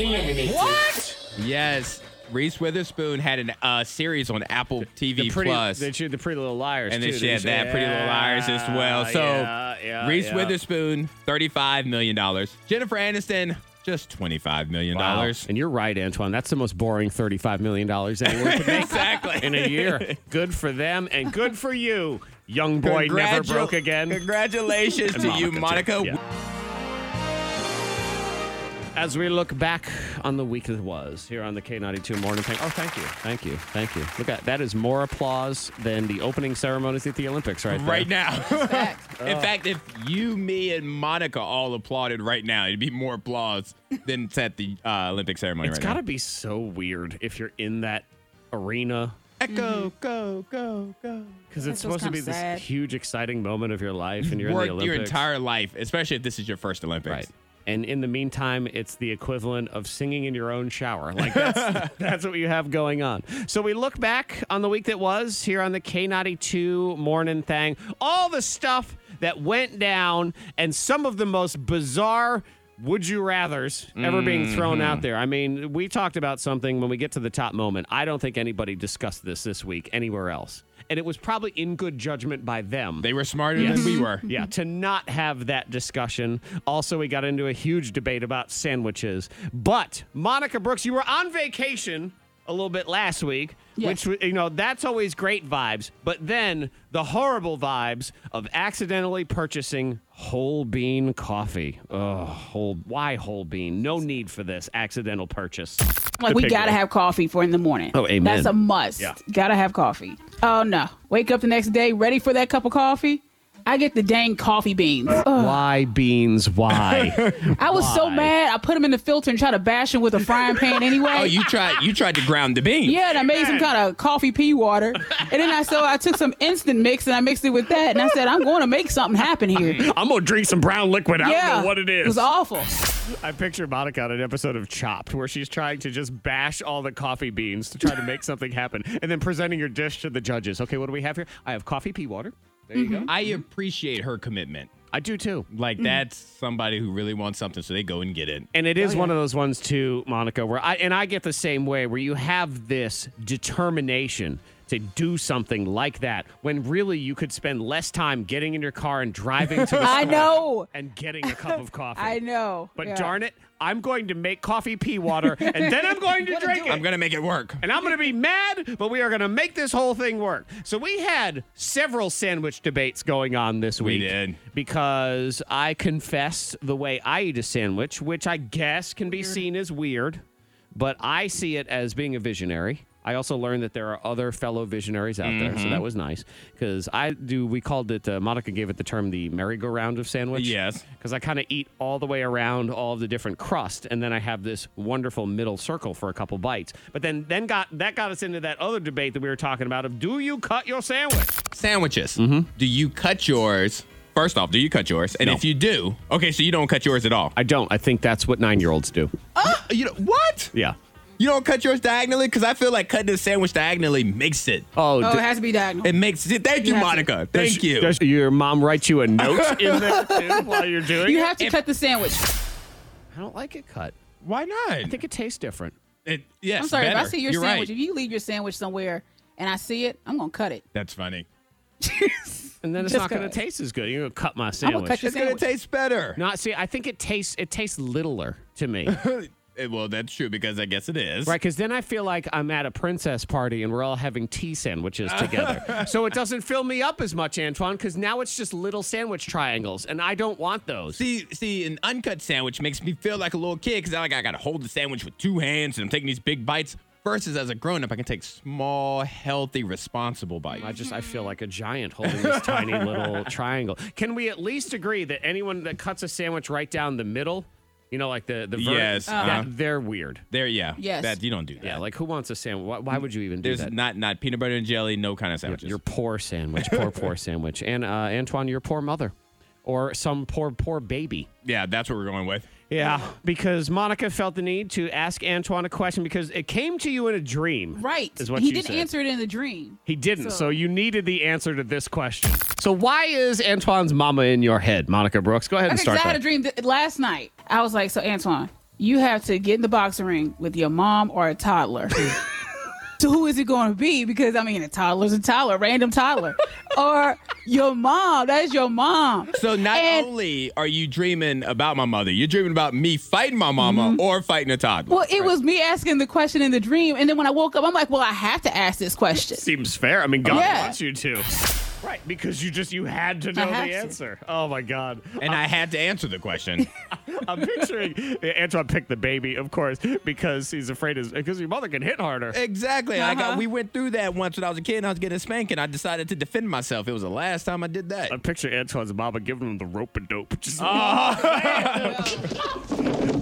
Yes, Reese Witherspoon had a uh, series on Apple TV the pretty, Plus. the, the Pretty Little Liars, and too. then she had Didn't that Pretty Little Liars as well. So yeah, yeah, Reese yeah. Witherspoon, thirty-five million dollars. Jennifer Aniston, just twenty-five million dollars. And you're right, Antoine. That's the most boring $35 million anyone could make Exactly. in a year. Good for them and good for you, young boy never Congratu- broke again. Congratulations to you, Monica, Monica. too. As we look back on the week that was here on the K92 morning thing. Oh, thank you. Thank you. Thank you. Look at that is more applause than the opening ceremonies at the Olympics right there. Right now. Uh. facts. In fact, if you, me, and Monica all applauded right now, it'd be more applause than it's at the uh, Olympic ceremony It's right got to now. be so weird if you're in that arena Echo, Mm-hmm. go, go, go. because it's That feels supposed to be kinda sad. this huge, exciting moment of your life and you're in the Worked Olympics. your entire life, especially if this is your first Olympics. Right. And in the meantime, it's the equivalent of singing in your own shower. Like that's, that's what you have going on. So we look back on the week that was here on the K92 morning thing. All the stuff that went down and some of the most bizarre would you rathers ever being thrown out there. I mean, we talked about something when we get to the top moment. I don't think anybody discussed this this week anywhere else. And it was probably in good judgment by them. They were smarter than we were. Yeah, to not have that discussion. Also, we got into a huge debate about sandwiches. But Monica Brooks, you were on vacation a little bit last week, Yes. which you know that's always great vibes. But then the horrible vibes of accidentally purchasing whole bean coffee. Oh, whole why whole bean? No need for this accidental purchase. Like we gotta have coffee for in the morning. Oh, amen. That's a must. Yeah. Gotta have coffee. Oh no! Wake up the next day ready for that cup of coffee. I get the dang coffee beans. Ugh. why beans? Why? I was so Why? mad. I put them in the filter and tried to bash them with a frying pan anyway. Oh, you tried you tried to ground the bean. Yeah, and I made some kind of coffee pea water. And then I so I took some instant mix and I mixed it with that. And I said, I'm going to make something happen here. Yeah. I'm gonna drink some brown liquid. I don't know what it is. It was awful. I picture Monica on an episode of Chopped where she's trying to just bash all the coffee beans to try to make something happen and then presenting your dish to the judges. Okay, what do we have here? I have coffee pea water. I appreciate her commitment. I do too. Mm. Like that's somebody who really wants something, so they go and get it. And it is one of those ones too, Monica, where I and I get the same way where you have this determination to do something like that when really you could spend less time getting in your car and driving to the I store know. and getting a cup of coffee. I know. But darn it, I'm going to make coffee pea water and then I'm going to drink it. I'm gonna make it work. and I'm going to be mad, but we are going to make this whole thing work. So we had several sandwich debates going on this We week. did. Because I confessed the way I eat a sandwich, which I guess can be seen as weird, but I see it as being a visionary. I also learned that there are other fellow visionaries out there, Mm-hmm. so that was nice. Because I do, we called it, uh, Monica gave it the term the merry-go-round of sandwich Yes. because I kind of eat all the way around all of the different crust, and then I have this wonderful middle circle for a couple bites. But then, then got that got us into that other debate that we were talking about of do you cut your sandwich? Sandwiches. Mm-hmm. Do you cut yours? First off, do you cut yours? And if you do, okay, so you don't cut yours at all. I don't. I think that's what nine year olds do. Uh, you know what? Yeah. You don't cut yours diagonally because I feel like cutting a sandwich diagonally makes it. Oh, Oh, it has to be diagonal. It makes it. Thank you, Yeah. Monica. Thank you. your mom writes you a note in there too while you're doing You it? have to cut the sandwich. I don't like it cut. Why not? I think it tastes different. it, yes. I'm sorry, if I better. see your You're sandwich, right. if you leave your sandwich somewhere and I see it, I'm gonna cut it. That's funny. And then it's Just not going to cut. taste as good. You're going to cut my I'm sandwich. gonna cut your It's gonna sandwich. taste better. Not see. I think it tastes. It tastes littler to me. Eh, Well, that's true because I guess it is. Right, because then I feel like I'm at a princess party and we're all having tea sandwiches together. so it doesn't fill me up as much, Antoine, because now it's just little sandwich triangles, and I don't want those. See, see, an uncut sandwich makes me feel like a little kid because I like I gotta hold the sandwich with two hands and I'm taking these big bites. Versus as a grown up, I can take small, healthy, responsible bites. I just I feel like a giant holding this tiny little triangle. Can we at least agree that anyone that cuts a sandwich right down the middle, you know, like the the vert- Yes, that- uh-huh. they're weird. there, yeah. Yes. That you don't do that. Yeah, like who wants a sandwich? Why, why would you even do There's that? not not peanut butter and jelly, no kind of sandwiches. Your poor sandwich, poor poor sandwich, and uh, Antoine, your poor mother, or some poor poor baby. yeah, that's what we're going with. Yeah, because Monica felt the need to ask Antoine a question because it came to you in a dream. Right. Is what he you didn't said. answer it in the dream. He didn't. So. So- you needed the answer to this question. So why is Antoine's mama in your head, Monica Brooks? Go ahead and Okay, 'cause start I had that. a dream that last night. I was like, so Antoine, you have to get in the boxing ring with your mom or a toddler. so who is it going to be? Because I mean, a toddler's a toddler, random toddler, or your mom. That's your mom. So not And- only are you dreaming about my mother, you're dreaming about me fighting my mama Mm-hmm. or fighting a toddler. Well, it was me asking the question in the dream, and then when I woke up, I'm like, well, I have to ask this question. Seems fair. I mean, God Yeah. wants you to. Right, because you just you had to know the had to. answer. Oh my God. And I had to answer the question. I'm picturing Antoine picked the baby, of course, because he's afraid his because your mother can hit harder. Exactly. I Uh-huh. got, we went through that once when I was a kid and I was getting spanked and I decided to defend myself. It was the last time I did that. I'm picturing Antoine's mama giving him the rope a dope. Just Oh, Uh-huh.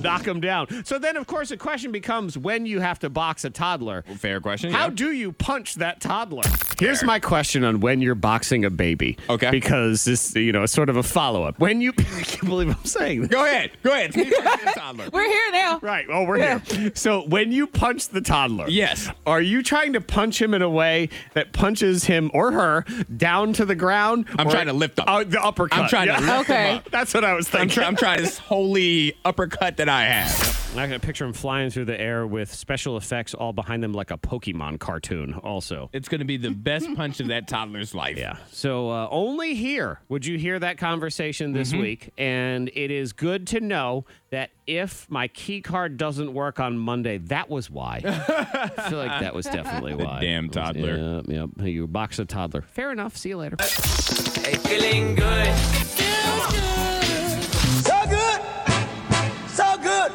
knock him down. So then, of course, the question becomes when you have to box a toddler. Fair question. How yeah. do you punch that toddler? Here's my question on when you're boxing producing a baby. Okay. Because this, you know, it's sort of a follow up. When you, I can't believe I'm saying this. Go ahead. Go ahead. Sneak back in, toddler. We're here now. Right. Oh, we're here. So when you punch the toddler, Yes. are you trying to punch him in a way that punches him or her down to the ground? I'm or- trying to lift up. Oh, the uppercut. I'm trying to lift him okay. up. That's what I was I'm, thinking. try- I'm trying this holy uppercut that I have. I can picture him flying through the air with special effects all behind them like a Pokemon cartoon. Also. It's going to be the best punch of that toddler's life. Yeah. So uh, only here would you hear that conversation this Mm-hmm. week. And it is good to know that if my key card doesn't work on Monday, that was why. I feel like that was definitely why. damn toddler. Uh, Yep, yep. Hey, You box a toddler. Fair enough. See you later. Feeling good. So good. So good.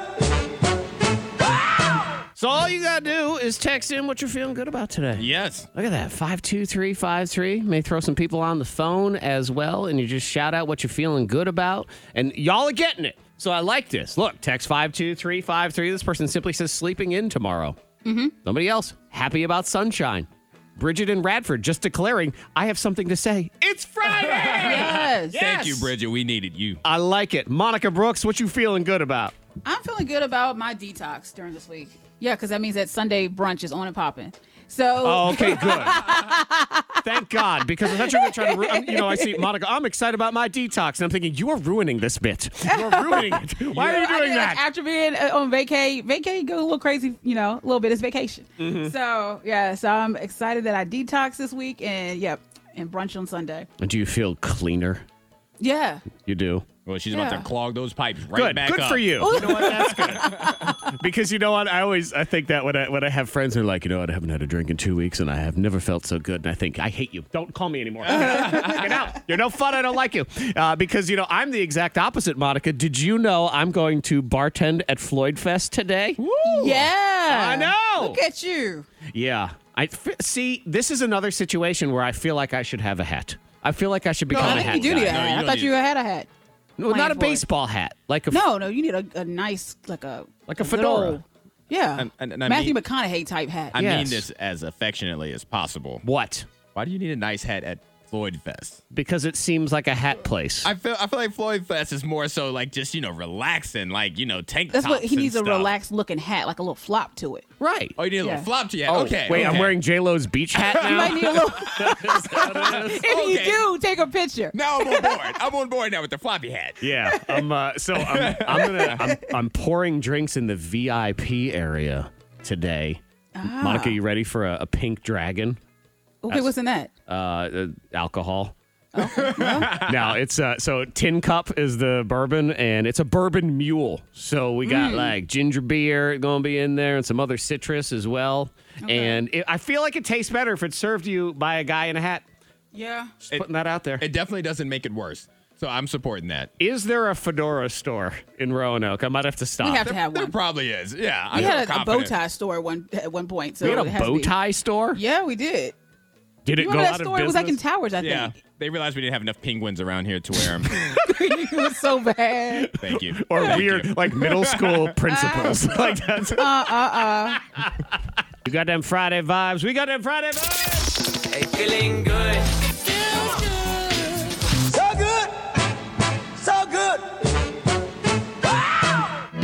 So all you got to do is text in what you're feeling good about today. Yes. Look at that. 52353. May throw some people on the phone as well. And you just shout out what you're feeling good about. And y'all are getting it. So I like this. Look, text 52353. This person simply says sleeping in tomorrow. Mm-hmm. Somebody else, happy about sunshine. Bridget and Radford just declaring, I have something to say. It's Friday. Yes. Thank you, Bridget. We needed you. I like it. Monica Brooks, what you feeling good about? I'm feeling good about my detox during this week. Yeah, because that means that Sunday brunch is on and popping. So Oh, okay, good. Thank God, because I thought you were trying to, ru- um, you know, I see Monica. I'm excited about my detox, and I'm thinking you are ruining this bit. You're ruining it. Why are you I doing did, like, that? after being uh, on vacay, vacay go a little crazy, you know, a little bit. It's vacation. Mm-hmm. So yeah, so I'm excited that I detox this week and yep, and brunch on Sunday. Do you feel cleaner? Yeah. You do. Well, she's about Yeah. to clog those pipes right Good. back Good up. for you. You know what? That's good. because you know what? I always I think that when I when I have friends who are like, you know, what? I haven't had a drink in two weeks, and I have never felt so good, and I think I hate you. Don't call me anymore. Get out. You're no fun. I don't like you. Uh, because you know I'm the exact opposite, Monica. Did you know I'm going to bartend at Floyd Fest today? Yeah. I know. Look at you. Yeah. I f- see. This is another situation where I feel like I should have a hat. I feel like I should become I a think hat. you do guy. need a No, you hat. I don't thought need you it. had a hat. Well, not plan a for it. baseball hat, like a No, no, you need a, a nice like a Like a good fedora. old- yeah. And- and- and I Matthew mean- McConaughey type hat. I mean Yes. this as affectionately as possible. what? Why do you need a nice hat at Floyd Fest? Because it seems like a hat place. I feel I feel like Floyd Fest is more so like just you know relaxing, like you know tank That's what tops he and needs a stuff. relaxed looking hat, like a little flop to it. right. Oh, you need a little Yeah. flop to your Oh, hat. Okay. Wait, I'm okay. wearing J Lo's beach hat You might now. need a little. Is that what it is? if Okay. you do, take a picture. Now I'm on board. I'm on board now with the floppy hat. yeah. I'm, uh, so I'm, I'm gonna I'm, I'm pouring drinks in the VIP area today. Monica, you ready for a, a pink dragon? Okay, what's in that? uh, alcohol. no, it's uh, so tin cup is the bourbon, and it's a bourbon mule. So we got like ginger beer going to be in there, and some other citrus as well. And it, I feel like it tastes better if it's served to you by a guy in a hat. Yeah. Just putting that out there. Is It definitely doesn't make it worse. So I'm supporting that. there a fedora store in Roanoke? I might have to stop. We have to have There one. probably is. Yeah. We I'm had a, a bow confident. tie store at one at one point. So We had it a has to bow be- tie store. Yeah, we did. Did it You go remember out that of store? business? It was like in Towers, I Yeah. They realized we didn't have enough penguins around here to wear them. think. it was so bad. Thank you. or Thank weird Uh, you. like middle school principals. like that's uh uh uh. You got them Friday vibes. We got them Friday vibes. Feeling good. So good. So good.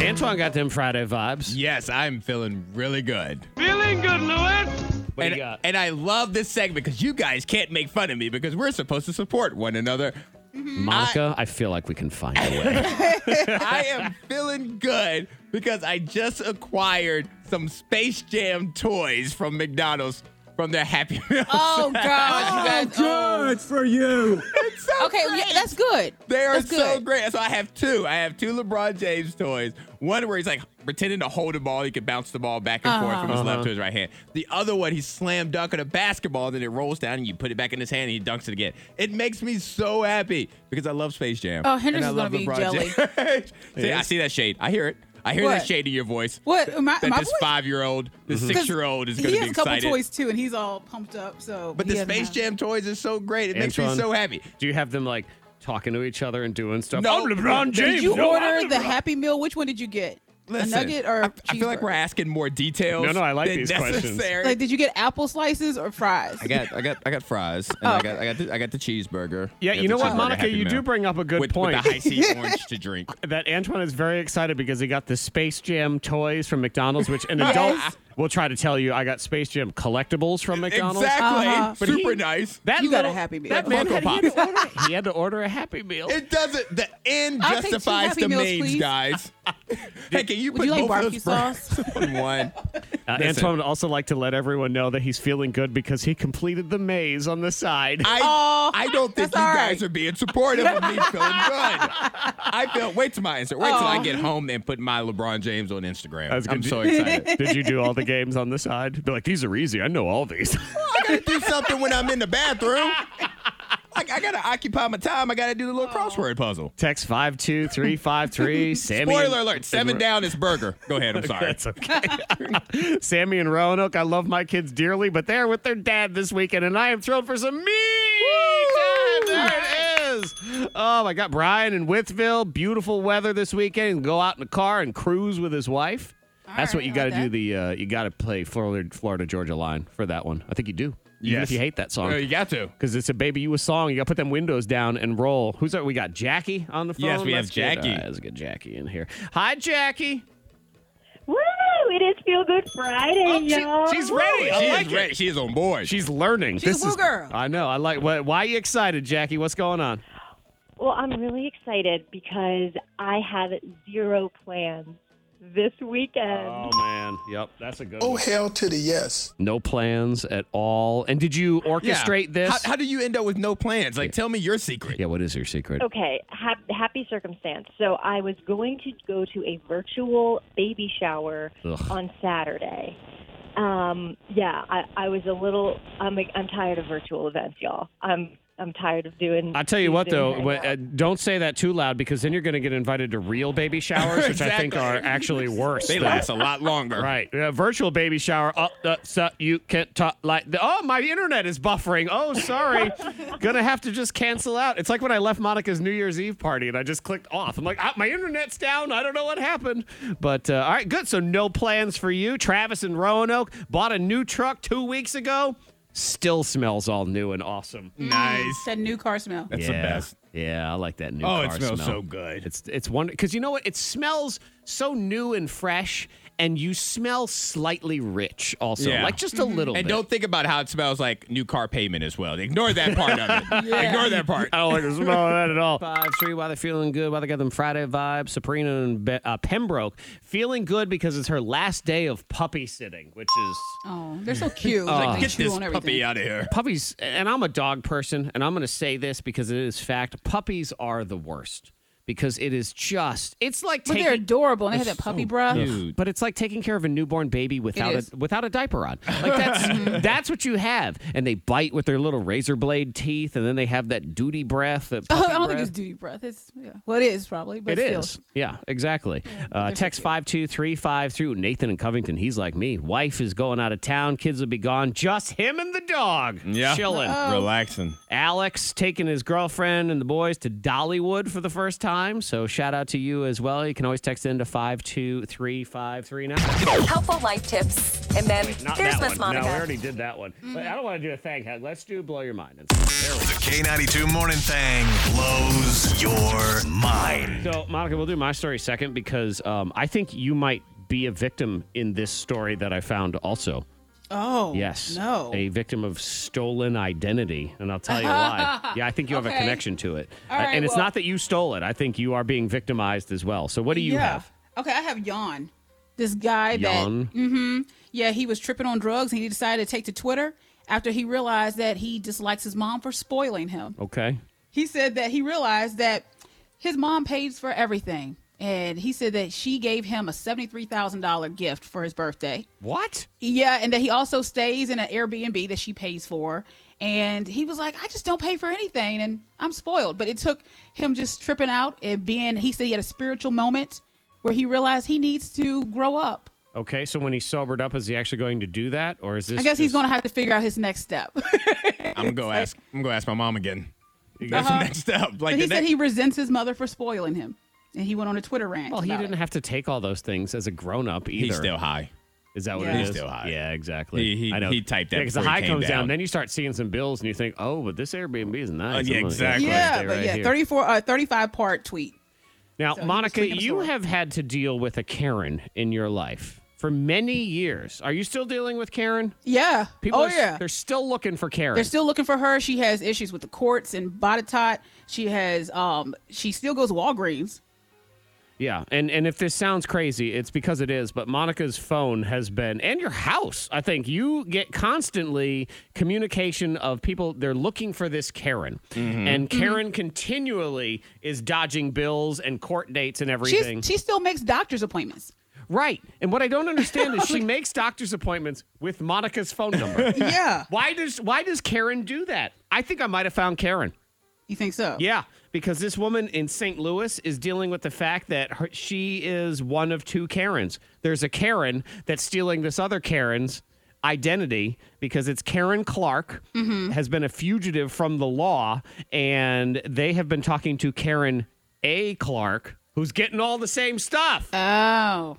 Antoine got them Friday vibes. Yes, I'm feeling really good. What do and, you got? and I love this segment because you guys can't make fun of me because we're supposed to support one another. Monica, I, feel like we can find a way. I am feeling good because I just acquired some Space Jam toys from McDonald's from their Happy Meal. Oh gosh, you guys. oh. for you. It's so Okay, great. yeah, that's good. They are That's so good. great. So I have two. I have two LeBron James toys. One where he's like pretending to hold a ball. He could bounce the ball back and forth from his left Uh-huh. to his right hand. The other one, he's slam dunking a basketball, then it rolls down and you put it back in his hand and he dunks it again. It makes me so happy because I love Space Jam. Oh, and Henderson's I love gonna be LeBron James. see, I is. see that shade. I hear it. I hear What? that shade in your voice. What my, That my this voice- five-year-old, this 'cause six-year-old is going He to be has a couple excited. toys too, and he's all pumped up. So, but he the doesn't Space have- Jam toys is so great. It makes me Antoine. so happy. Do you have them like talking to each other and doing stuff? No. I'm LeBron James. Did you No, I'm order the LeBron. Happy Meal? Which one did you get? Listen, nugget or I, I feel like cheeseburger? we're asking more details. No, no, I like than these questions. necessary. Like, did you get apple slices or fries? I got, I got, I got fries, and Oh. I got, I got, the, I got the cheeseburger. Yeah, I got you know the what, cheeseburger Monica? Happy You Meal. do bring up a good with, point. With the high C orange to drink. that Antoine is very excited because he got the Space Jam toys from McDonald's, which an adult will try to tell you I got Space Jam collectibles from McDonald's. Exactly. Uh-huh. But Super he- nice. That You got little- a Happy Meal. That man had, he, Funko had to order, he had to order a Happy Meal. It doesn't. The end I'll take two justifies Happy the Meals, means, please. guys. hey, can you Would put you like both of those barbecue burgers on one? Uh, Listen. Antoine would also like to let everyone know that he's feeling good because he completed the maze on the side. I Oh, I don't think that's you all right. guys are being supportive of me feeling good. I feel. Wait till my answer. Wait till Oh. I get home and put my LeBron James on Instagram. was gonna I'm do- so excited. Did you do all the games on the side? Be like, these are easy. I know all these. I gotta do something when I'm in the bathroom. I, I gotta occupy my time. I gotta do the little crossword puzzle. Text 52353. Sammy. and- Spoiler alert: seven down is burger. Go ahead. I'm sorry. That's okay. Sammy and Roanoke, I love my kids dearly, but they're with their dad this weekend, and I am thrilled for some me time. There it is. Oh my God, Brian in Withville, beautiful weather this weekend. You can go out in the car and cruise with his wife. That's right, what you I got to like do. The uh, you got to play Florida Florida Georgia Line for that one. I think you do. Even Yes. if you hate that song. Oh, you got to. Because it's a baby you a song. You got to put them windows down and roll. Who's that? We got Jackie on the phone. Uh, Yes, we have get- Jackie. all right, let's get Jackie in here. Hi, Jackie. Woo! It is Feel Good Friday, y'all. She's ready. She I is like it. ready. She is on board. She's learning. She's a woo girl. I know. I like. Why, why are you excited, Jackie? What's going on? Well, I'm really excited because I have zero plans this weekend. Uh. man. Yep. That's a good. Oh, hell to the yes. No plans at all. And did you Yeah. orchestrate this? How, how do you end up with no plans? Like, tell me your secret. yeah. What is your secret? Okay, ha- happy circumstance. So I was going to go to a virtual baby shower Ugh. on Saturday. Um, yeah, I, I was a little. I'm I'm tired of virtual events, y'all. I'm I'm tired of doing. I tell you what, these though, things. wh- uh, don't say that too loud because then you're going to get invited to real baby showers, which I think Exactly. are actually worse. They than- last a lot longer. Right. Uh, virtual baby shower. Oh, uh, so you can't talk like. The, oh, my internet is buffering. Oh, sorry. Gonna have to just cancel out. It's like when I left Monica's New Year's Eve party and I just clicked off. I'm like, ah, my internet's down. I don't know what happened. But uh, all right, good. So no plans for you. Travis in Roanoke bought a new truck two weeks ago. Still smells all new and awesome. Nice. That new car smell. That's the best. Yeah, I like that new. Oh, it car smells smell. so good. It's it's wonder because you know what? It smells so new and fresh, and you smell slightly rich also, Yeah. like just a Mm-hmm. little. And bit. don't think about how it smells like new car payment as well. Ignore that part of it. Ignore that part. I don't like the smell of that at all. Five three. Why they're feeling good? Why they got them Friday vibes? Sabrina and Be- uh, Pembroke feeling good because it's her last day of puppy sitting, which is Oh, they're so cute. like, they Get chew this on everything. puppy out of here. puppies. And I'm a dog person, and I'm going to say this because it is fact: puppies are the worst because it is just it's like But taking they're adorable, and they have that puppy breath. Dude. But it's like taking care of a newborn baby without is. a without a diaper on. Like that's that's what you have. And they bite with their little razor blade teeth, and then they have that duty breath. That Oh, I puppy don't think breath. it's duty breath. It's yeah. Well, it is probably, but It still. is. Yeah, exactly. Uh, text 52353. Nathan in Covington, he's like me. Wife is going out of town. Kids will be gone. Just him and the dog. Yeah. Chilling. Uh. Oh. Relaxing. Alex taking his girlfriend and the boys to Dollywood for the first time. So shout out to you as well. You can always text in to 52353 now. Helpful life tips. And then Not there's that Miss one. Monica. Mm-hmm. No, we already did that one. But I don't want to do a thing hack. Let's do blow your mind. The K92 Morning Thing blows your mind. So, Monica, we'll do my story second because um, I think you might be a victim in this story that I found also. Oh. Yes. No. A victim of stolen identity. And I'll tell you why. Yeah, I think you have a Okay. connection to it. All right, and it's well- not that you stole it. I think you are being victimized as well. So, what do you yeah. have? Okay, I have Yawn. This guy that Yawn. yeah, he was tripping on drugs and he decided to take to Twitter after he realized that he dislikes his mom for spoiling him. Okay. He said that he realized that his mom pays for everything. And he said that she gave him a $73,000 gift for his birthday. What? Yeah, and that he also stays in an Airbnb that she pays for. And he was like, I just don't pay for anything and I'm spoiled. But it took him just tripping out and being, he said he had a spiritual moment where he realized he needs to grow up. Okay. So, when he's sobered up, is he actually going to do that? Or is this. I guess he's going to have to figure out his next step. I'm gonna go ask. I'm gonna ask my mom again. That's the next step. Like but he the said next- he resents his mother for spoiling him. and he went on a Twitter rant. Well, he about didn't it. have to take all those things as a grown up either. He's still high. Is that what Yeah. it is? He's still high. Yeah, exactly. He- he- I know. he typed that because the before high he came comes down. down. Then you start seeing some bills, and you think, oh, but this Airbnb is nice. Uh, yeah, I'm gonna- exactly. I'm gonna Yeah, stay but right yeah, here. 34, uh, 35 part tweet. Now, So he was Monica, cleaning up you store. have had to deal with a Karen in your life for many years. Are you still dealing with Karen? Yeah. People oh are, yeah. They're still looking for Karen. They're still looking for her. She has issues with the courts and Botetourt. She has um she still goes to Walgreens. yeah. And and if this sounds crazy, it's because it is, but Monica's phone has been and your house, I think you get constantly communication of people they're looking for this Karen. And Karen continually is dodging bills and court dates and She's, everything. she still makes doctor's appointments. right. And what I don't understand is she makes doctor's appointments with Monica's phone number. Yeah. Why does why does Karen do that? I think I might have found Karen. You think so? Yeah, because this woman in St. Louis is dealing with the fact that her, she is one of two Karens. There's a Karen that's stealing this other Karen's identity because it's Karen Clark has been a fugitive from the law and they have been talking to Karen A Clark who's getting all the same stuff. Oh.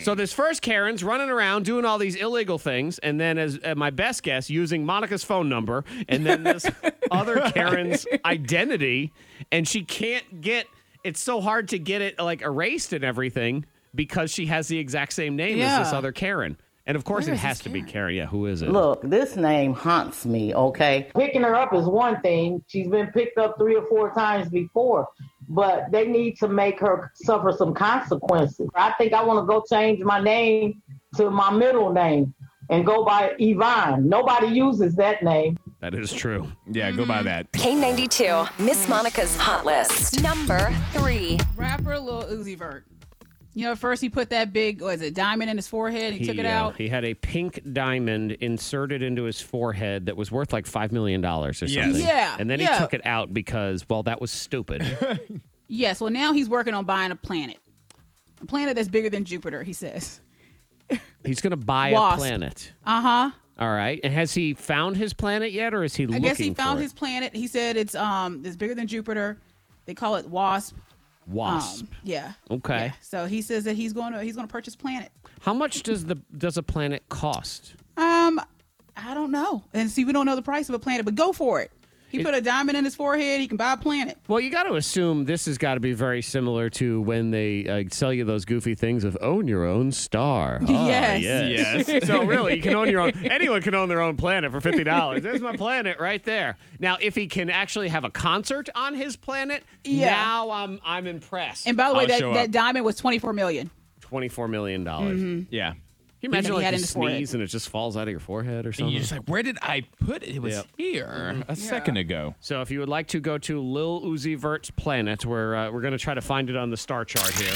So this first Karen's running around doing all these illegal things, and then as uh, my best guess, using Monica's phone number, and then this other Karen's identity, and she can't get. It's so hard to get it like erased and everything because she has the exact same name as this Yeah. other Karen. And of course, Where it is has this to be Karen? Karen. Yeah, who is it? Look, this name haunts me, okay? Picking her up is one thing. She's been picked up three or four times before, but they need to make her suffer some consequences. I think I want to go change my name to my middle name and go by Yvonne. Nobody uses that name. that is true. Yeah, go Mm-hmm. by that. K92, Miss Monica's Hot List. Number three. Rapper Lil Uzi Vert. You know, at first he put that big was it diamond in his forehead. He, took it uh, out. He had a pink diamond inserted into his forehead that was worth like five million dollars or something. Yeah, And then he yeah. took it out because, well, that was stupid. Yes. Well, now he's working on buying a planet, a planet that's bigger than Jupiter. He says. He's going to buy a Wasp. planet. Uh huh. All right. And has he found his planet yet, or is he I looking guess he found for his planet. He said it's um it's bigger than Jupiter. They call it WASP. it? wasp? Um, yeah. Okay. Yeah. So he says that he's going to he's going to purchase planet. How much does the does a planet cost? Um, I don't know. And see, we don't know the price of a planet, but go for it. He put a diamond in his forehead. He can buy a planet. Well, you got to assume this has got to be very similar to when they uh, sell you those goofy things of own your own star. Ah, Yes. yes. so really, you can own your own. Anyone can own their own planet for fifty dollars. There's my planet right there. Now, if he can actually have a concert on his planet, Yeah. now I'm I'm impressed. And by the way, I'll that, show that up. diamond was twenty four million. Twenty four million Mm-hmm. dollars. Yeah. Can you imagine he like had you in his forehead. sneeze and it just falls out of your forehead or And Uh-huh. something? you're just like, where did I put it? It was Yep. here Mm-hmm. a second ago. So if you would like to go to Lil Uzi Vert's planet, where uh, we're going to try to find it on the star chart here.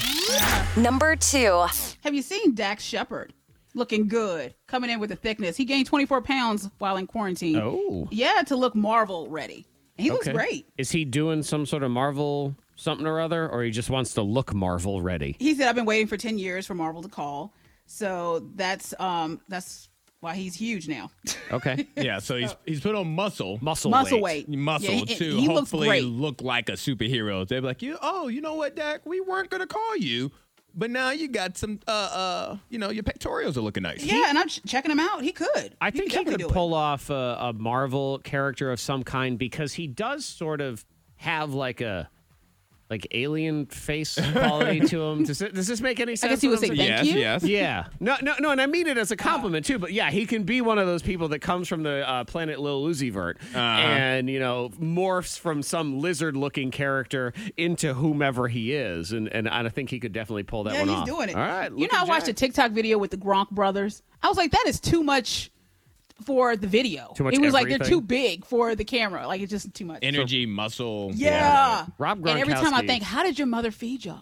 Number two. Have you seen Dax Shepard looking good, coming in with the thickness? He gained twenty four pounds while in quarantine. Oh, Yeah, to look Marvel ready. And he looks great. Is he doing some sort of Marvel something or other, or he just wants to look Marvel ready? he said i've been waiting for 10 years for marvel to call so that's um that's why he's huge now Okay, Yeah, so he's he's put on muscle. muscle muscle weight. weight, Muscle Yeah, he- to he looks hopefully great. look like a superhero. They're like, you, oh, you know what, Dak? We weren't gonna call you, but now you got some. Uh, uh, you know, your pectorals are looking nice. yeah and i'm ch- checking him out he could I think he definitely could do it. pull off a, a Marvel character of some kind because he does sort of have like a like alien face quality to him. Does, it, does this make any sense? guess he what would I'm say saying? Yes. Thank you. Yes. Yeah. No, no, no, and I mean it as a compliment too. But yeah, he can be one of those people that comes from the uh, planet Lil Uzi Vert and you know morphs from some lizard-looking character into whomever he is, and and I think he could definitely pull that yeah one he's off. doing it All right. you know i watched a it. tiktok video with the gronk brothers i was like that is too much for the video Too much it was like they're everything? too big for the camera like it's just too much Energy, muscle. yeah Rob and every time i Gronkowski- think how did your mother feed y'all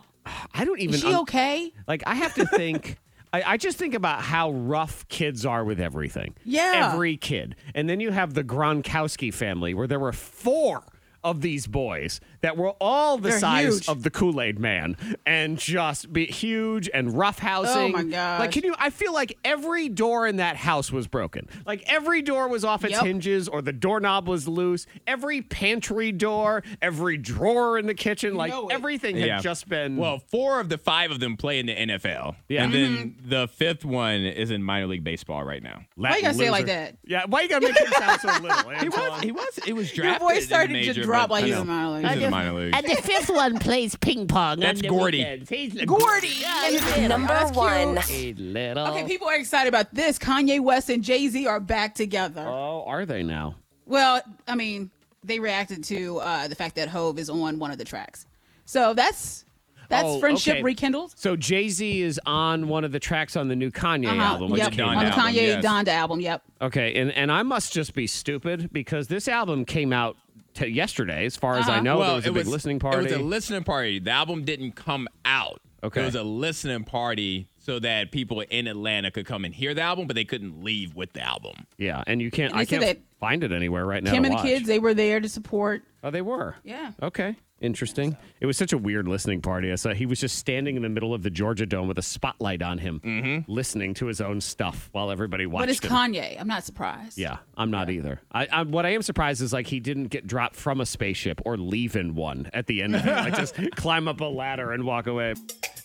I don't even. is she un- okay Like I have to think. I, I just think about how rough kids are with everything. Yeah. Every kid. And then you have the Gronkowski family where there were four of these boys that were all the They're size huge. of the Kool Aid Man and just be huge and roughhousing. Oh, my gosh. Like, can you? I feel like every door in that house was broken. Like every door was off its Yep. hinges, or the doorknob was loose. Every pantry door, every drawer in the kitchen, like know it. everything had Yeah. just been. Well, four of the five of them play in the NFL. Yeah. And then Mm-hmm. the fifth one is in minor league baseball right now. Why you gotta say it like that? Yeah, why you gotta make him sound so little? He was. He was. It was Your drafted. voice in started the to major, just drop but- like I he's know. in minor league. He's in the minor league. And the fifth one plays ping pong. That's on the Gordy. weekends. He's the Gordy. Number That's cute. one. little. Okay, people are excited about this. Kanye West and Jay Z are back together. Oh, are they now? Well, I mean, they reacted to uh, the fact that Hove is on one of the tracks, so that's that's Oh, friendship okay. rekindled. So Jay Z is on one of the tracks on the new Kanye Uh-huh. album. which Yep. came Donda on out. the Kanye album, yes. Donda album. Yep. Okay, and and I must just be stupid because this album came out t- yesterday. As far as I know, there was a big listening party. It was a listening party. The album didn't come out. Okay. It was a listening party so that people in Atlanta could come and hear the album, but they couldn't leave with the album. yeah, and you can't. And I they said can't that find it anywhere right now. Kim to and the watch. kids, they were there to support. Oh, they were. Yeah. Okay. Interesting. It was such a weird listening party. I saw he was just standing in the middle of the Georgia Dome with a spotlight on him, listening to his own stuff while everybody watched. But it's him. Kanye. I'm not surprised. Yeah, I'm not either. I, I what I am surprised is like he didn't get dropped from a spaceship or leave in one at the end of it. Like just climb up a ladder and walk away.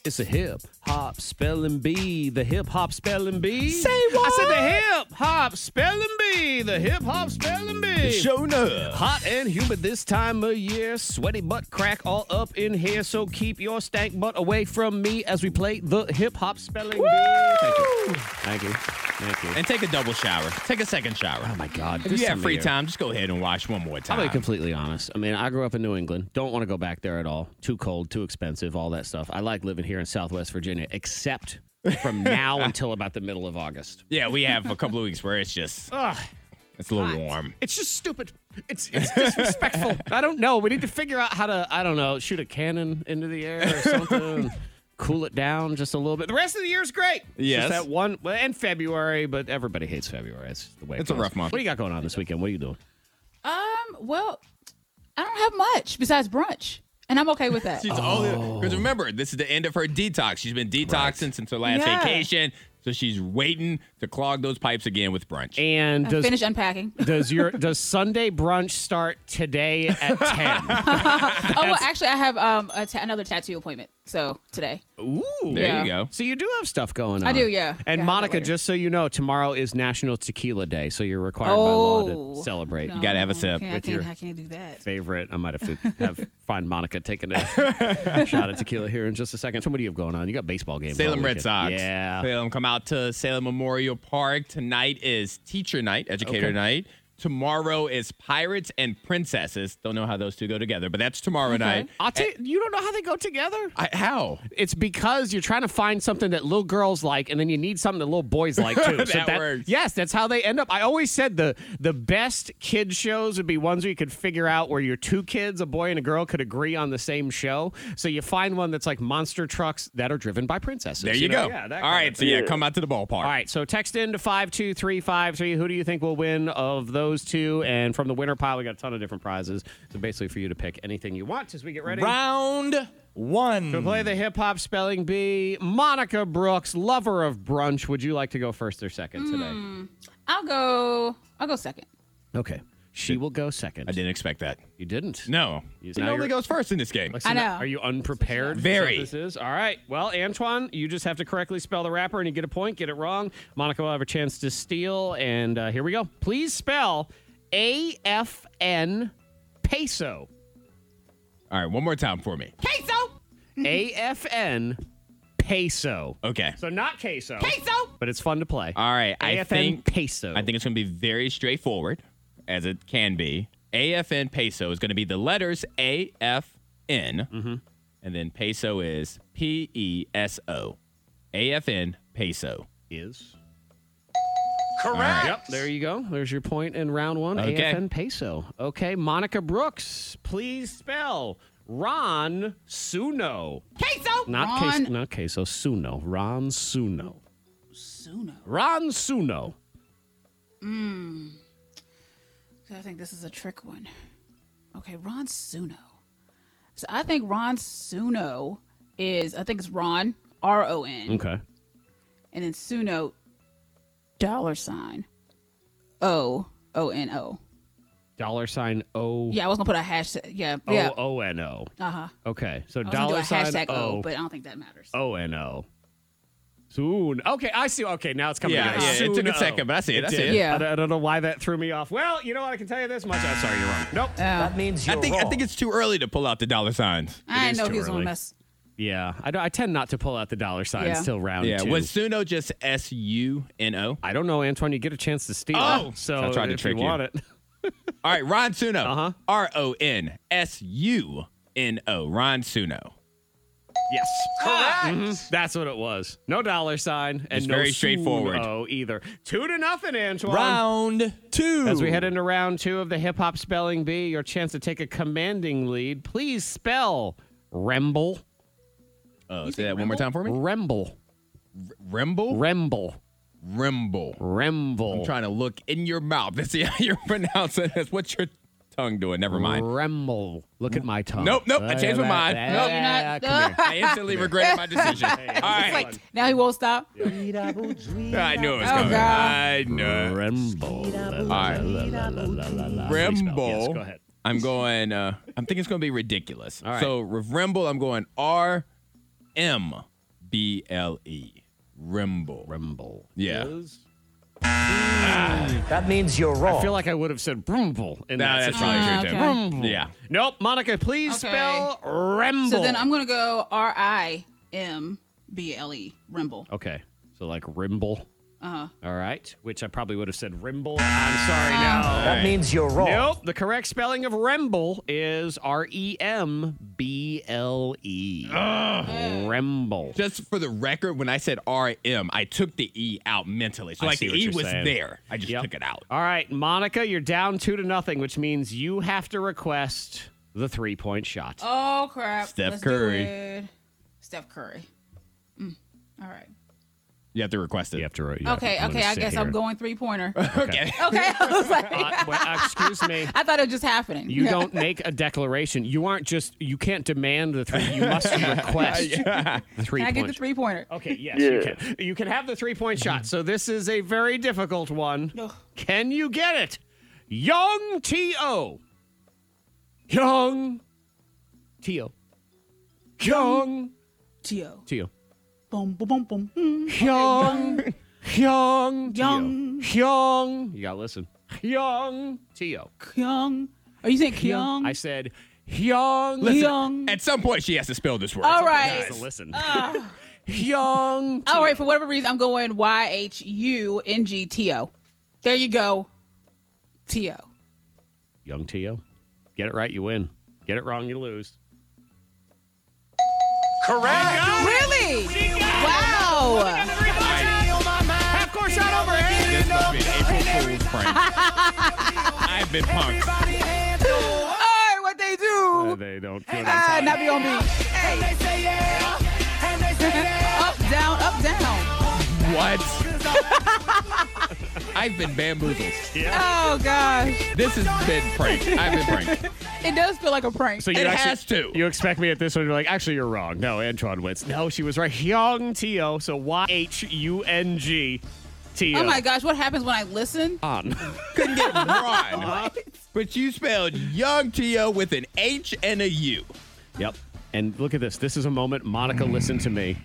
It's a hip hop spelling bee, the hip hop spelling bee. Say what? I said the hip hop spelling bee, the hip hop spelling bee. Show up. Hot and humid this time of year. Sweaty butt crack all up in here. So keep your stank butt away from me as we play the hip hop spelling bee. Thank you. Thank you. Thank you. And take a double shower. Take a second shower. oh my God. If this you time have of free year. time, just go ahead and watch one more I'll time. be completely honest. I mean, I grew up in New England. Don't want to go back there at all. Too cold, too expensive, all that stuff. I like living here in Southwest Virginia, except from now until about the middle of August. yeah, we have a couple of weeks where it's just it's a little warm. It's just stupid. It's, it's disrespectful. I don't know. We need to figure out how to, I don't know, shoot a cannon into the air or something. cool it down just a little bit. The rest of the year's great. It's Yes. Just that one, well, and February, but everybody hates February. It's just the way it It's a goes. rough month. What do you got going on this weekend? What are you doing? Um. Well, I don't have much besides brunch, and I'm okay with that. She's only Oh. because remember, this is the end of her detox. She's been detoxing since her last Yeah. vacation, so she's waiting to clog those pipes again with brunch. And does Uh, Finish unpacking. Does your does Sunday brunch start today at ten? oh well, actually, I have um a ta- another tattoo appointment. So today. Ooh, there Yeah. you go. so you do have stuff going on. I do, yeah. And Yeah, I Monica, have it. just so you know, tomorrow is National Tequila Day, so you're required by law to Oh. celebrate. No, gotta have I a sip can't- I with can't, your- I can't do that. Favorite, I might have to have find Monica taking a shot at tequila here in just a second. So what do you have going on? You got baseball games. all Salem Red weekend. Sox. Yeah. Salem come out to Salem Memorial Park. Tonight is teacher night, educator Okay. night. Tomorrow is Pirates and Princesses. Don't know how those two go together, but that's tomorrow night. I'll tell you, you don't know how they go together. I, how? It's because you're trying to find something that little girls like, and then you need something that little boys like too. That works. Yes, that's how they end up. I always said the the best kid shows would be ones where you could figure out where your two kids, a boy and a girl, could agree on the same show. So you find one that's like monster trucks that are driven by princesses. There you, go. know? Yeah, that All kind of right, so yeah, come out to the ballpark. all right, so text in to 52353. Who do you think will win of those two? And from the winner pile, we got a ton of different prizes. So basically, for you to pick anything you want as we get ready. Round one. To play the hip hop spelling bee, Monica Brooks, lover of brunch. Would you like to go first or second today? I'll go. I'll go second. Okay. She will go second. I didn't expect that. You didn't. No. You- He now normally you're- goes first in this game. Like, so I now- know. Are you unprepared? for Very. what This is all right. Well, Antoine, you just have to correctly spell the rapper, and you get a point. Get it wrong, Monica will have a chance to steal. And uh, here we go. Please spell A F N peso. All right, one more time for me. Queso. Mm-hmm. A F N peso. Okay. So not queso, Queso. but it's fun to play. All right, I AFN think peso. I think it's going to be very straightforward, as it can be. AFN peso is going to be the letters AFN, Mm-hmm. and then peso is P E S O. AFN peso. is. Correct. Yep, there you go. There's your point in round one. Okay. AFN peso. Okay, Monica Brooks, please spell Ron Suno. Queso. Not Ron queso, not queso, Suno. Ron Suno. Suno. Ron Suno. I think this is a trick one. Okay, Ron Suno. So I think Ron Suno is I think it's Ron R O N Okay. and then Suno dollar sign O O N O. Dollar sign O Yeah, I was gonna put a hashtag. Yeah, yeah. O O N O. Uh huh. Okay. So I Oh, was gonna do dollar a sign hashtag O, O Oh, but I don't think that matters. O N O. Soon. Okay, I see. Okay, now it's coming Yeah, together. yeah, it took a Suno. second, but I see it, I see did. it. Yeah. I, don't- I don't know why that threw me off. Well, you know what? I can tell you this much. I'm sorry, you're wrong. Nope. that means I think I think it's too early to pull out the dollar signs. I didn't is know too if he was early. gonna mess. Yeah, I, don't- I tend not to pull out the dollar signs Yeah. till round Yeah, two. was Suno just S U N O? I don't know, Antoine. You get a chance to steal. Oh! so I tried to if trick you you. want it. All right, Ron Suno. Uh-huh. R O N S U N O. Ron Suno. Yes, correct. That's what it was. No dollar sign and It's no very straightforward. Oh, either two to nothing, Antoine. Round two. As we head into round two of the hip hop spelling bee, your chance to take a commanding lead. Please spell Remble. Oh, say that one more time for me. Remble. Rimble? Remble. Rimble. Remble. I'm trying to look in your mouth to see how you're pronouncing this. What's your tongue doing? Never mind. Remble. Look at my tongue. Nope, nope, I changed my mind. Nope. You're not- come here. I instantly regretted my decision. All right. Like now he won't stop. I knew it was Oh, coming. God. I knew it. Remble. right. Remble. Yes, go ahead. I'm going, uh, I'm thinking it's going to be ridiculous. All right. So, with Rimble, I'm going R M B L E. Rimble. Remble. Yeah. Is- Ah. That means you're wrong. I feel like I would have said Brimble in No, that that's situation. probably true, okay. too. Rumble. Yeah. Nope, Monica, please Okay. spell Remble. So then I'm gonna go R I M B L E Rimble. Okay. So like Rimble. Uh huh. All right. Which I probably would have said Rimble. I'm sorry, Ah. no. that means you're wrong. Nope. The correct spelling of Remble is R E M B L E. Remble. Just for the record, when I said R M, I took the E out mentally. So, I like, see the what E you're was saying. there. I just Yep. took it out. All right, Monica, you're down two to nothing, which means you have to request the three point shot. Oh crap. Steph Let's do Curry. it. Steph Curry. Mm. All right. You have to request it. You have to. you have to- Okay. I'm gonna Okay. I sit guess here I'm and- going three pointer. Okay. Okay. I was like, Uh, well, excuse me. I thought it was just happening. You Yeah. don't make a declaration. You aren't just. You can't demand the three. You must request the three. Can I get the point- three pointer? Okay. Yes, you can. You can have the three point shot. So this is a very difficult one. Ugh. Can you get it, Young T O? Young T O. Young Tio. T O. Boom. Boom. Boom. Boom. Mm. Hyung. Hyung. Tio. Young. Hyung. You gotta listen. Hyung T O. Kyung. Are you saying Kyung? I said Hyung. Kyung. At some point, she has to spell this word. All Guys, right. listen. Hyung. All right. For whatever reason, I'm going Y H U N G T O. There you go. T O. Young Tio. Get it right, you win. Get it wrong, you lose. Really? Wow. Half court shot over. This must be an April Fool's prank. I've been punked. All right. What they do? Uh, they don't. Ah, not be on beat. Up, down, up, down. What? I've been bamboozled. Oh, gosh. This has been pranked. I've been pranked. It does feel like a prank. So you It actually, has to. You expect me at this one? You're like, actually, you're wrong. No, Antoine wins. No, she was right. Hyung Tio. So Y H U N G T O. Oh my gosh, what happens when I listen? On. Couldn't get Ron. But you spelled young T-O with an H and a U. Yep. And look at this. This is a moment. Monica, listen to me.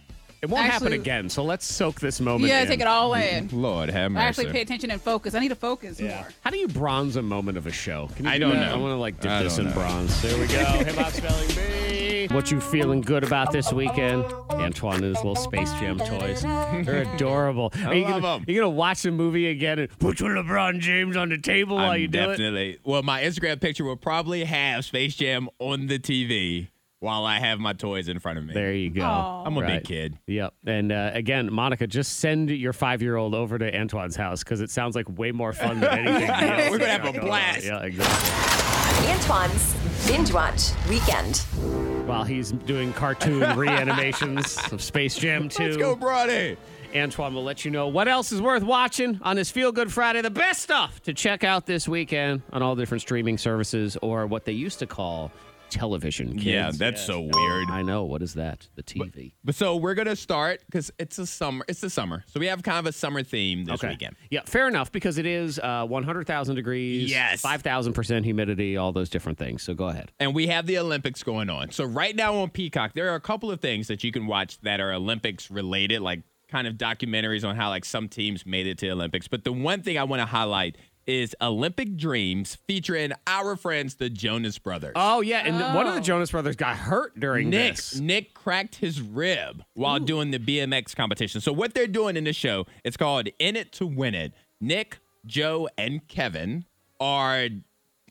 It won't happen Actually- again. So let's soak this moment. Yeah, in. take it all in. Lord have I actually pay attention and focus. I need to focus more. How do you bronze a moment of a show? Can you I do don't that? know. I want to like dip I this don't in know. bronze. There we go. Hip hop spelling bee. What you feeling good about this weekend? Antoine and his little Space Jam toys. They're adorable. I love gonna, 'em. You gonna watch the movie again and put your LeBron James on the table while I'm you do it? definitely. Well, my Instagram picture will probably have Space Jam on the TV while I have my toys in front of me. There you go. Aw. I'm a Right. big kid. Yep. And uh, again, Monica, just send your five year old over to Antoine's house because it sounds like way more fun than anything. else We're gonna have that's a going on. blast. Yeah, exactly. Antoine's Binge Watch Weekend. while he's doing cartoon reanimations of Space Jam 2. Let's go, Bronny. Antoine will let you know what else is worth watching on this Feel Good Friday. The best stuff to check out this weekend on all different streaming services or what they used to call television. Kids. Yeah, that's so weird. I know. What is that? The TV. But so we're gonna start because it's a summer. It's the summer, so we have kind of a summer theme this weekend. Yeah, fair enough because it is uh, 100,000 degrees, Yes. 5,000% humidity, all those different things. So go ahead. And we have the Olympics going on. So right now on Peacock, there are a couple of things that you can watch that are Olympics related, like kind of documentaries on how like some teams made it to Olympics. But the one thing I want to highlight is Olympic Dreams featuring our friends the Jonas Brothers. Oh, yeah. And one of the Jonas Brothers got hurt during Nick this. Nick cracked his rib while doing the BMX competition. So what they're doing in this show, it's called In It to Win It. Nick, Joe, and Kevin are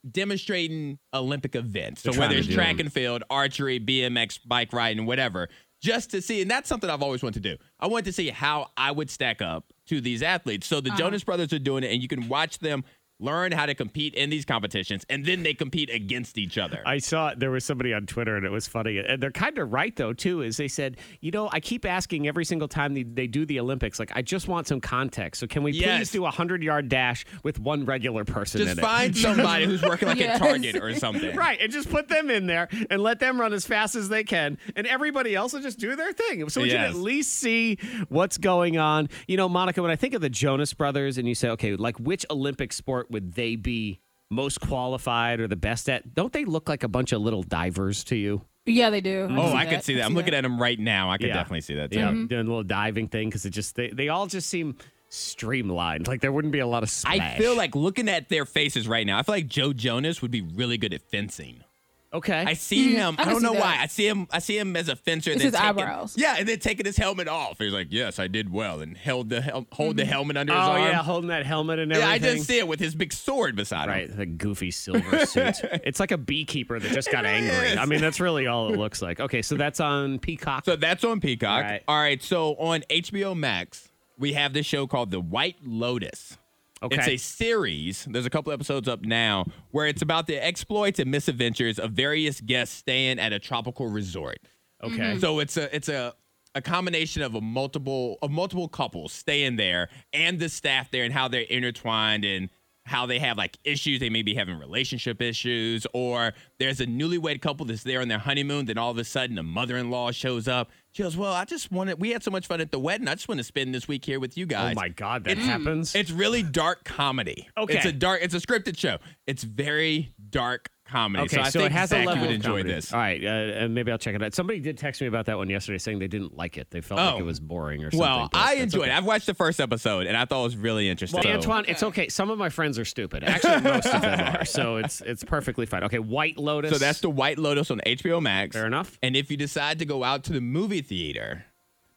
demonstrating Olympic events. So They're trying whether to it's do track them. and field, archery, BMX, bike riding, whatever, just to see. And that's something I've always wanted to do. I wanted to see how I would stack up to these athletes. So the Jonas Brothers are doing it, and you can watch them learn how to compete in these competitions, and then they compete against each other. I saw there was somebody on Twitter and it was funny. And they're kind of right though too. Is they said, you know, I keep asking every single time they, they do the Olympics, like I just want some context. So can we please Yes. do a hundred yard dash with one regular person in Just find somebody who's working like Yes. a target or something. it? Right, and just put them in there and let them run as fast as they can, and everybody else will just do their thing. So we can Yes. at least see what's going on. You know, Monica, when I think of the Jonas Brothers, and you say, okay, like which Olympic sport would they be most qualified or the best at? Don't they look like a bunch of little divers to you? Yeah, they do. Oh, I could see that. I'm looking at him right now. I could definitely see that. Too. Yeah, Mm-hmm. doing a little diving thing because it just they, they all just seem streamlined. Like there wouldn't be a lot of splash. I feel like looking at their faces right now. I feel like Joe Jonas would be really good at fencing. okay. I see him. Mm-hmm. I I, can don't see know that. why. I see him. I see him as a fencer. It's then his taking- eyebrows. Yeah, and then taking his helmet off. He's like, "Yes, I did well," and held the hel- hold Mm-hmm. the helmet under oh his arm. yeah, holding that helmet and Yeah, everything. I just see it with his big sword beside him. Right, the goofy silver suit. It's like a beekeeper that just got angry. is. I mean, that's really all it looks like. Okay, so that's on Peacock. So that's on Peacock. Right. All right. So on HBO Max, we have this show called The White Lotus. okay, It's a series. There's a couple episodes up now where it's about the exploits and misadventures of various guests staying at a tropical resort. okay. So it's a it's a a combination of a multiple of multiple couples staying there and the staff there and how they're intertwined and how they have like issues they may be having relationship issues or there's a newlywed couple that's there on their honeymoon then all of a sudden the mother-in-law shows up she goes well i just wanted we had so much fun at the wedding i just want to spend this week here with you oh guys my God, that happens. it's really dark comedy. Okay. It's a dark. It's a scripted show. It's very dark comedy. Okay, so, so, I think it has Zach, a level you would of enjoy comedy. this. All right, uh, and maybe I'll check it out. Somebody did text me about that one yesterday, saying they didn't like it. They felt like Oh. it was boring or something. Well, but I that's enjoyed it. I've watched the first episode and I thought it was really interesting. Well, So- Antoine, it's okay. Some of my friends are stupid. Actually, most of them are. So it's it's perfectly fine. Okay, White Lotus. So that's the White Lotus on HBO Max. Fair enough. And if you decide to go out to the movie theater,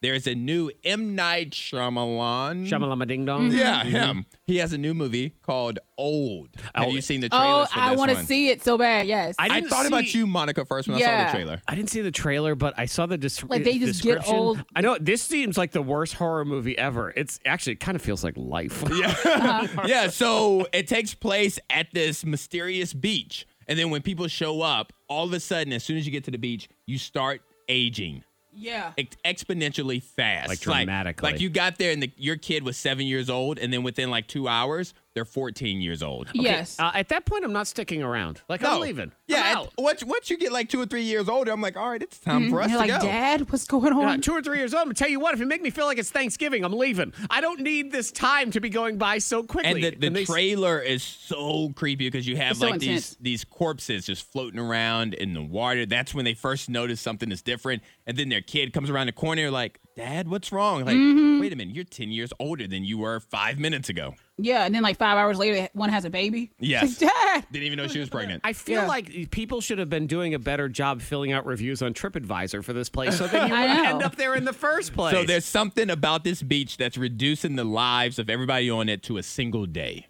there's a new M Night Shyamalan. Shamalama Ding Dong. Mm-hmm. Yeah, him. He has a new movie called Old. Have Old. you seen the Oh, trailers for I this want to one? see it so bad. Yes. I I didn't thought about see- you, Monica, first when I saw Yeah. the trailer. I didn't see the trailer, but I saw the description. Like, they just get description. old- I know this seems like the worst horror movie ever. It's actually it kind of feels like life. Yeah. yeah, so it takes place at this mysterious beach. And then when people show up, all of a sudden, as soon as you get to the beach, you start aging yeah. ex- exponentially fast. Like, dramatically. Like, you got there and the, your kid was seven years old. And then within like two hours, they're 14 years old. Yes. Uh, at that point, I'm not sticking around. Like I'm leaving. Yeah. I'm and out. once, once you get like two or three years older, I'm like, all right, it's time for us You're to Mm-hmm. like, go. Dad, what's going Uh, on? two or three years old. I'm tell you what. If you make me feel like it's Thanksgiving, I'm leaving. I don't need this time to be going by so and quickly. the, the they- trailer is so creepy because you have It's so like intense. these these corpses just floating around in the water. That's when they first notice something is different. And then their kid comes around the corner like, Dad, what's wrong? Like, Mm-hmm. wait a minute, you're 10 years older than you were five minutes ago. yeah. And then, like, five hours later, one has a baby. Yes. It's like, Dad. Didn't even know she was pregnant. I feel Yeah. like people should have been doing a better job filling out reviews on TripAdvisor for this place, so that you I would know. end up there in the first place. so there's something about this beach that's reducing the lives of everybody on it to a single day.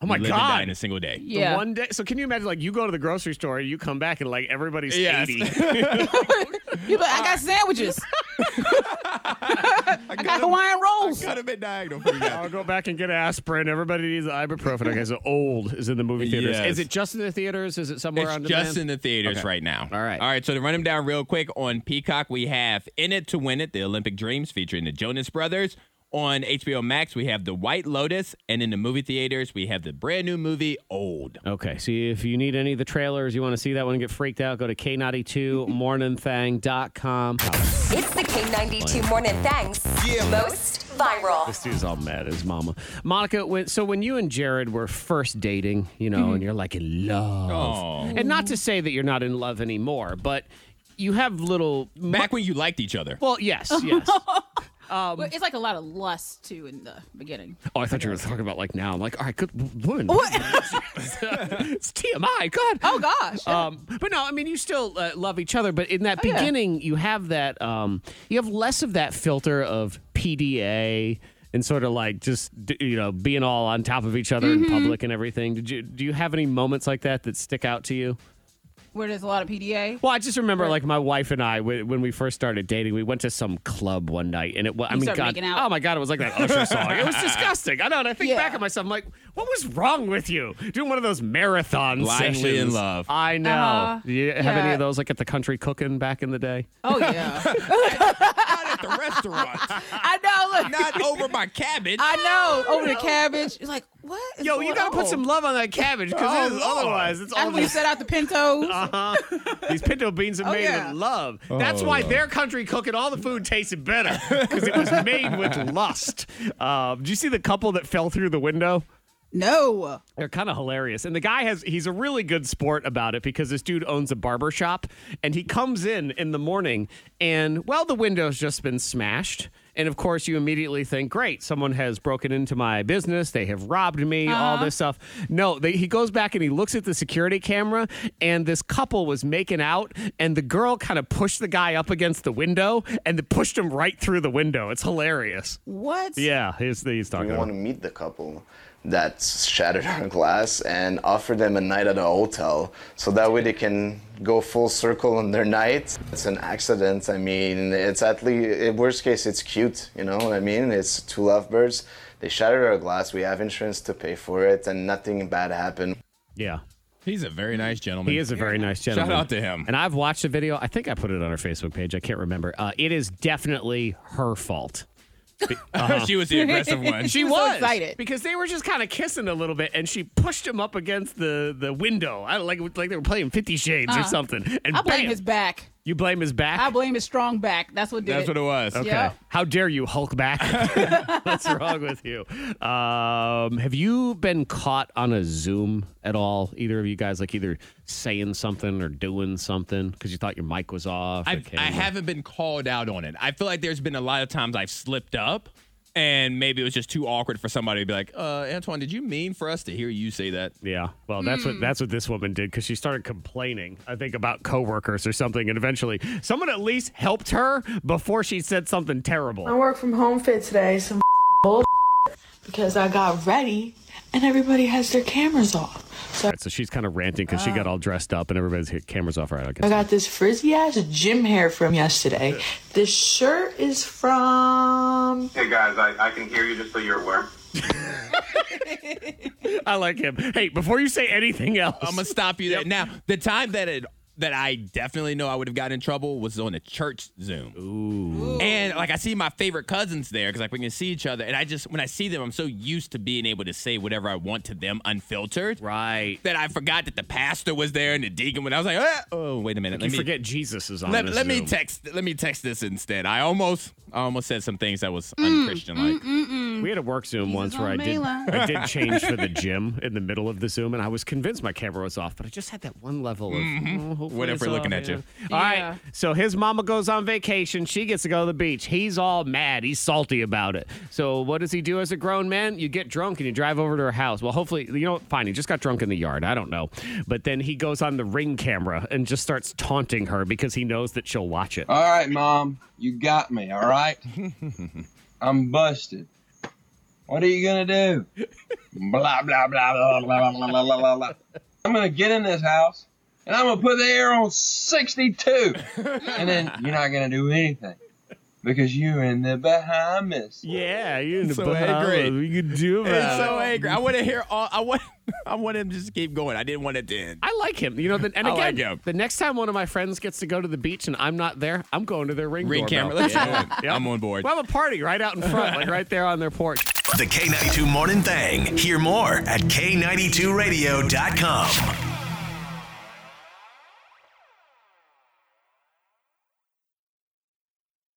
oh my Live and die in god. a single day. The Yeah. One day, so can you imagine? Like you go to the grocery store, you come back, and like everybody's Yes. eighty. You're like, I got sandwiches. I got Hawaiian rolls. Cut him at diagonal for you guys. I'll go back and get aspirin. Everybody needs ibuprofen. Okay, so old is in the movie theaters. Yes. Is it just in the theaters? Is it somewhere it's on just demand? in the theaters Okay. right now. All right. All right. So to run them down real quick on Peacock, we have In It to Win It, the Olympic Dreams featuring the Jonas Brothers. On HBO Max, we have The White Lotus, and in the movie theaters, we have the brand new movie Old. Okay, so if you need any of the trailers, you want to see that one and get freaked out, go to K92morningthang.com. It's the K92 Morning Thangs most viral. This dude's all mad at his mama. Monica, when, so when you and Jared were first dating, you know, and you're like in love. Oh. And not to say that you're not in love anymore, but you have little. Back when you liked each other. Well, yes, yes. But it's like a lot of lust too in the beginning. Oh, I thought you were talking about like now. I'm like, all right, good woman. it's TMI. God. Oh gosh. Um, but no, I mean, you still uh, love each other. But in that Oh, yeah. beginning, you have that. Um, you have less of that filter of PDA and sort of like just d- you know being all on top of each other Mm-hmm. in public and everything. Did you do you have any moments like that that stick out to you? Where there's a lot of PDA. Well, I just remember like my wife and I wh- when we first started dating, we went to some club one night, and it was I mean, started God, making out. oh my God, it was like that Usher song. It was disgusting. I know. And I think Yeah. back at myself, I'm like, what was wrong with you doing one of those marathon Blindly sessions? in love. I know. Uh, Do you have any yeah. of those like at the country cooking back in the day? Oh yeah. Not at the restaurant. I know. Look. Not over my cabbage. I know. Over the cabbage. It's like what? Is Yo, you going gotta put on? some love on that cabbage because Oh, Lord. otherwise it's all After we these, set out the pintos. Uh. these pinto beans are Oh, made yeah. with love. That's why Oh. their country cooking all the food tasted better because it was made with lust. Um, do you see the couple that fell through the window? No. They're kind of hilarious. And the guy has, he's a really good sport about it because this dude owns a barber shop and he comes in in the morning and, well, the window's just been smashed. And of course, you immediately think, great, someone has broken into my business. They have robbed me, all this stuff. No, they, he goes back and he looks at the security camera and this couple was making out and the girl kind of pushed the guy up against the window and then pushed him right through the window. It's hilarious. What? Yeah, he's, he's talking We about want to meet the couple that shattered our glass and offer them a night at a hotel so that way they can go full circle on their night. It's an accident. I mean, it's at least, worst case, it's cute. You know what I mean? It's two lovebirds. They shattered our glass. We have insurance to pay for it and nothing bad happened. Yeah. He's a very nice gentleman. He is a very nice gentleman. out to him. And I've watched the video. I think I put it on her Facebook page. I can't remember. Uh, it is definitely her fault. uh-huh. she was the aggressive one. She was so excited. because they were just kind of kissing a little bit, and she pushed him up against the the window. I like like they were playing Fifty Shades or something. And Uh-huh. I blame bam! his back. You blame his back. I blame his strong back. That's what did That's it. what it was. Okay. Yeah. How dare you, Hulk back? What's wrong with you? Um, have you been caught on a Zoom at all? Either of you guys, like either saying something or doing something because you thought your mic was off? or I've, I camera? haven't been called out on it. I feel like there's been a lot of times I've slipped up, and maybe it was just too awkward for somebody to be like, uh, "Antoine, did you mean for us to hear you say that?" Yeah. Well, that's what that's what this woman did because she started complaining. I think about coworkers or something, and eventually someone at least helped her before she said something Oh. terrible. work from home fit today, some bull because I got ready and everybody has their cameras off. All right, so she's kind of ranting because she got all dressed up and everybody's hit cameras off. All Right. I guess. I got this frizzy ass gym hair from yesterday. This shirt is from Hey guys, I, I can hear you just so you're aware. I like him. Hey, before you say anything else, I'm gonna stop you there. Now, the time that it that I definitely know I would have gotten in trouble was on a church Zoom. Ooh. And like I see my favorite cousins there because like we can see each other, and I just when I see them, I'm so used to being able to say whatever I want to them unfiltered. right? That I forgot that the pastor was there and the deacon. When I was like, "Ah, oh, wait a minute, You let me forget Jesus is on. Let, this let me Zoom. text. Let me text this instead. I almost, I almost said some things that was unchristian like. We had a work Zoom once where on I did, Mela. I did change for the gym in the middle of the Zoom, and I was convinced my camera was off, but I just had that one level of "Oh, hopefully Mm-hmm. What if it's we're looking off, at you?" All right. Yeah. So his mama goes on vacation. She gets to go to the beach. He's all mad. He's salty about it. So what does he do as a grown man? You get drunk and you drive over to her house. Well, hopefully, you know, what? fine. He just got drunk in the yard. I don't know. But then he goes on the ring camera and just starts taunting her because he knows that she'll watch it. Uh, All right, mom, you got me. All right, I'm busted. What are you gonna do? Blah blah blah blah blah blah blah blah blah. blah. I'm gonna get in this house and I'm gonna put the air on 62, and then you're not gonna do anything because you're in the Bahamas. Yeah, you in the So Bahamas. angry. What you can do It's about it? so angry. I want to hear all. I want. I want him to just keep going. I didn't want it to end. I like him. You know, the, and I again, like him. the next time one of my friends gets to go to the beach and I'm not there, I'm going to their ring, Ring doorbell. camera. Let's Yeah. go. I'm on board. We'll have a party right out in front, like right there on their porch. The K92 Morning Thing. Hear more at K92Radio.com.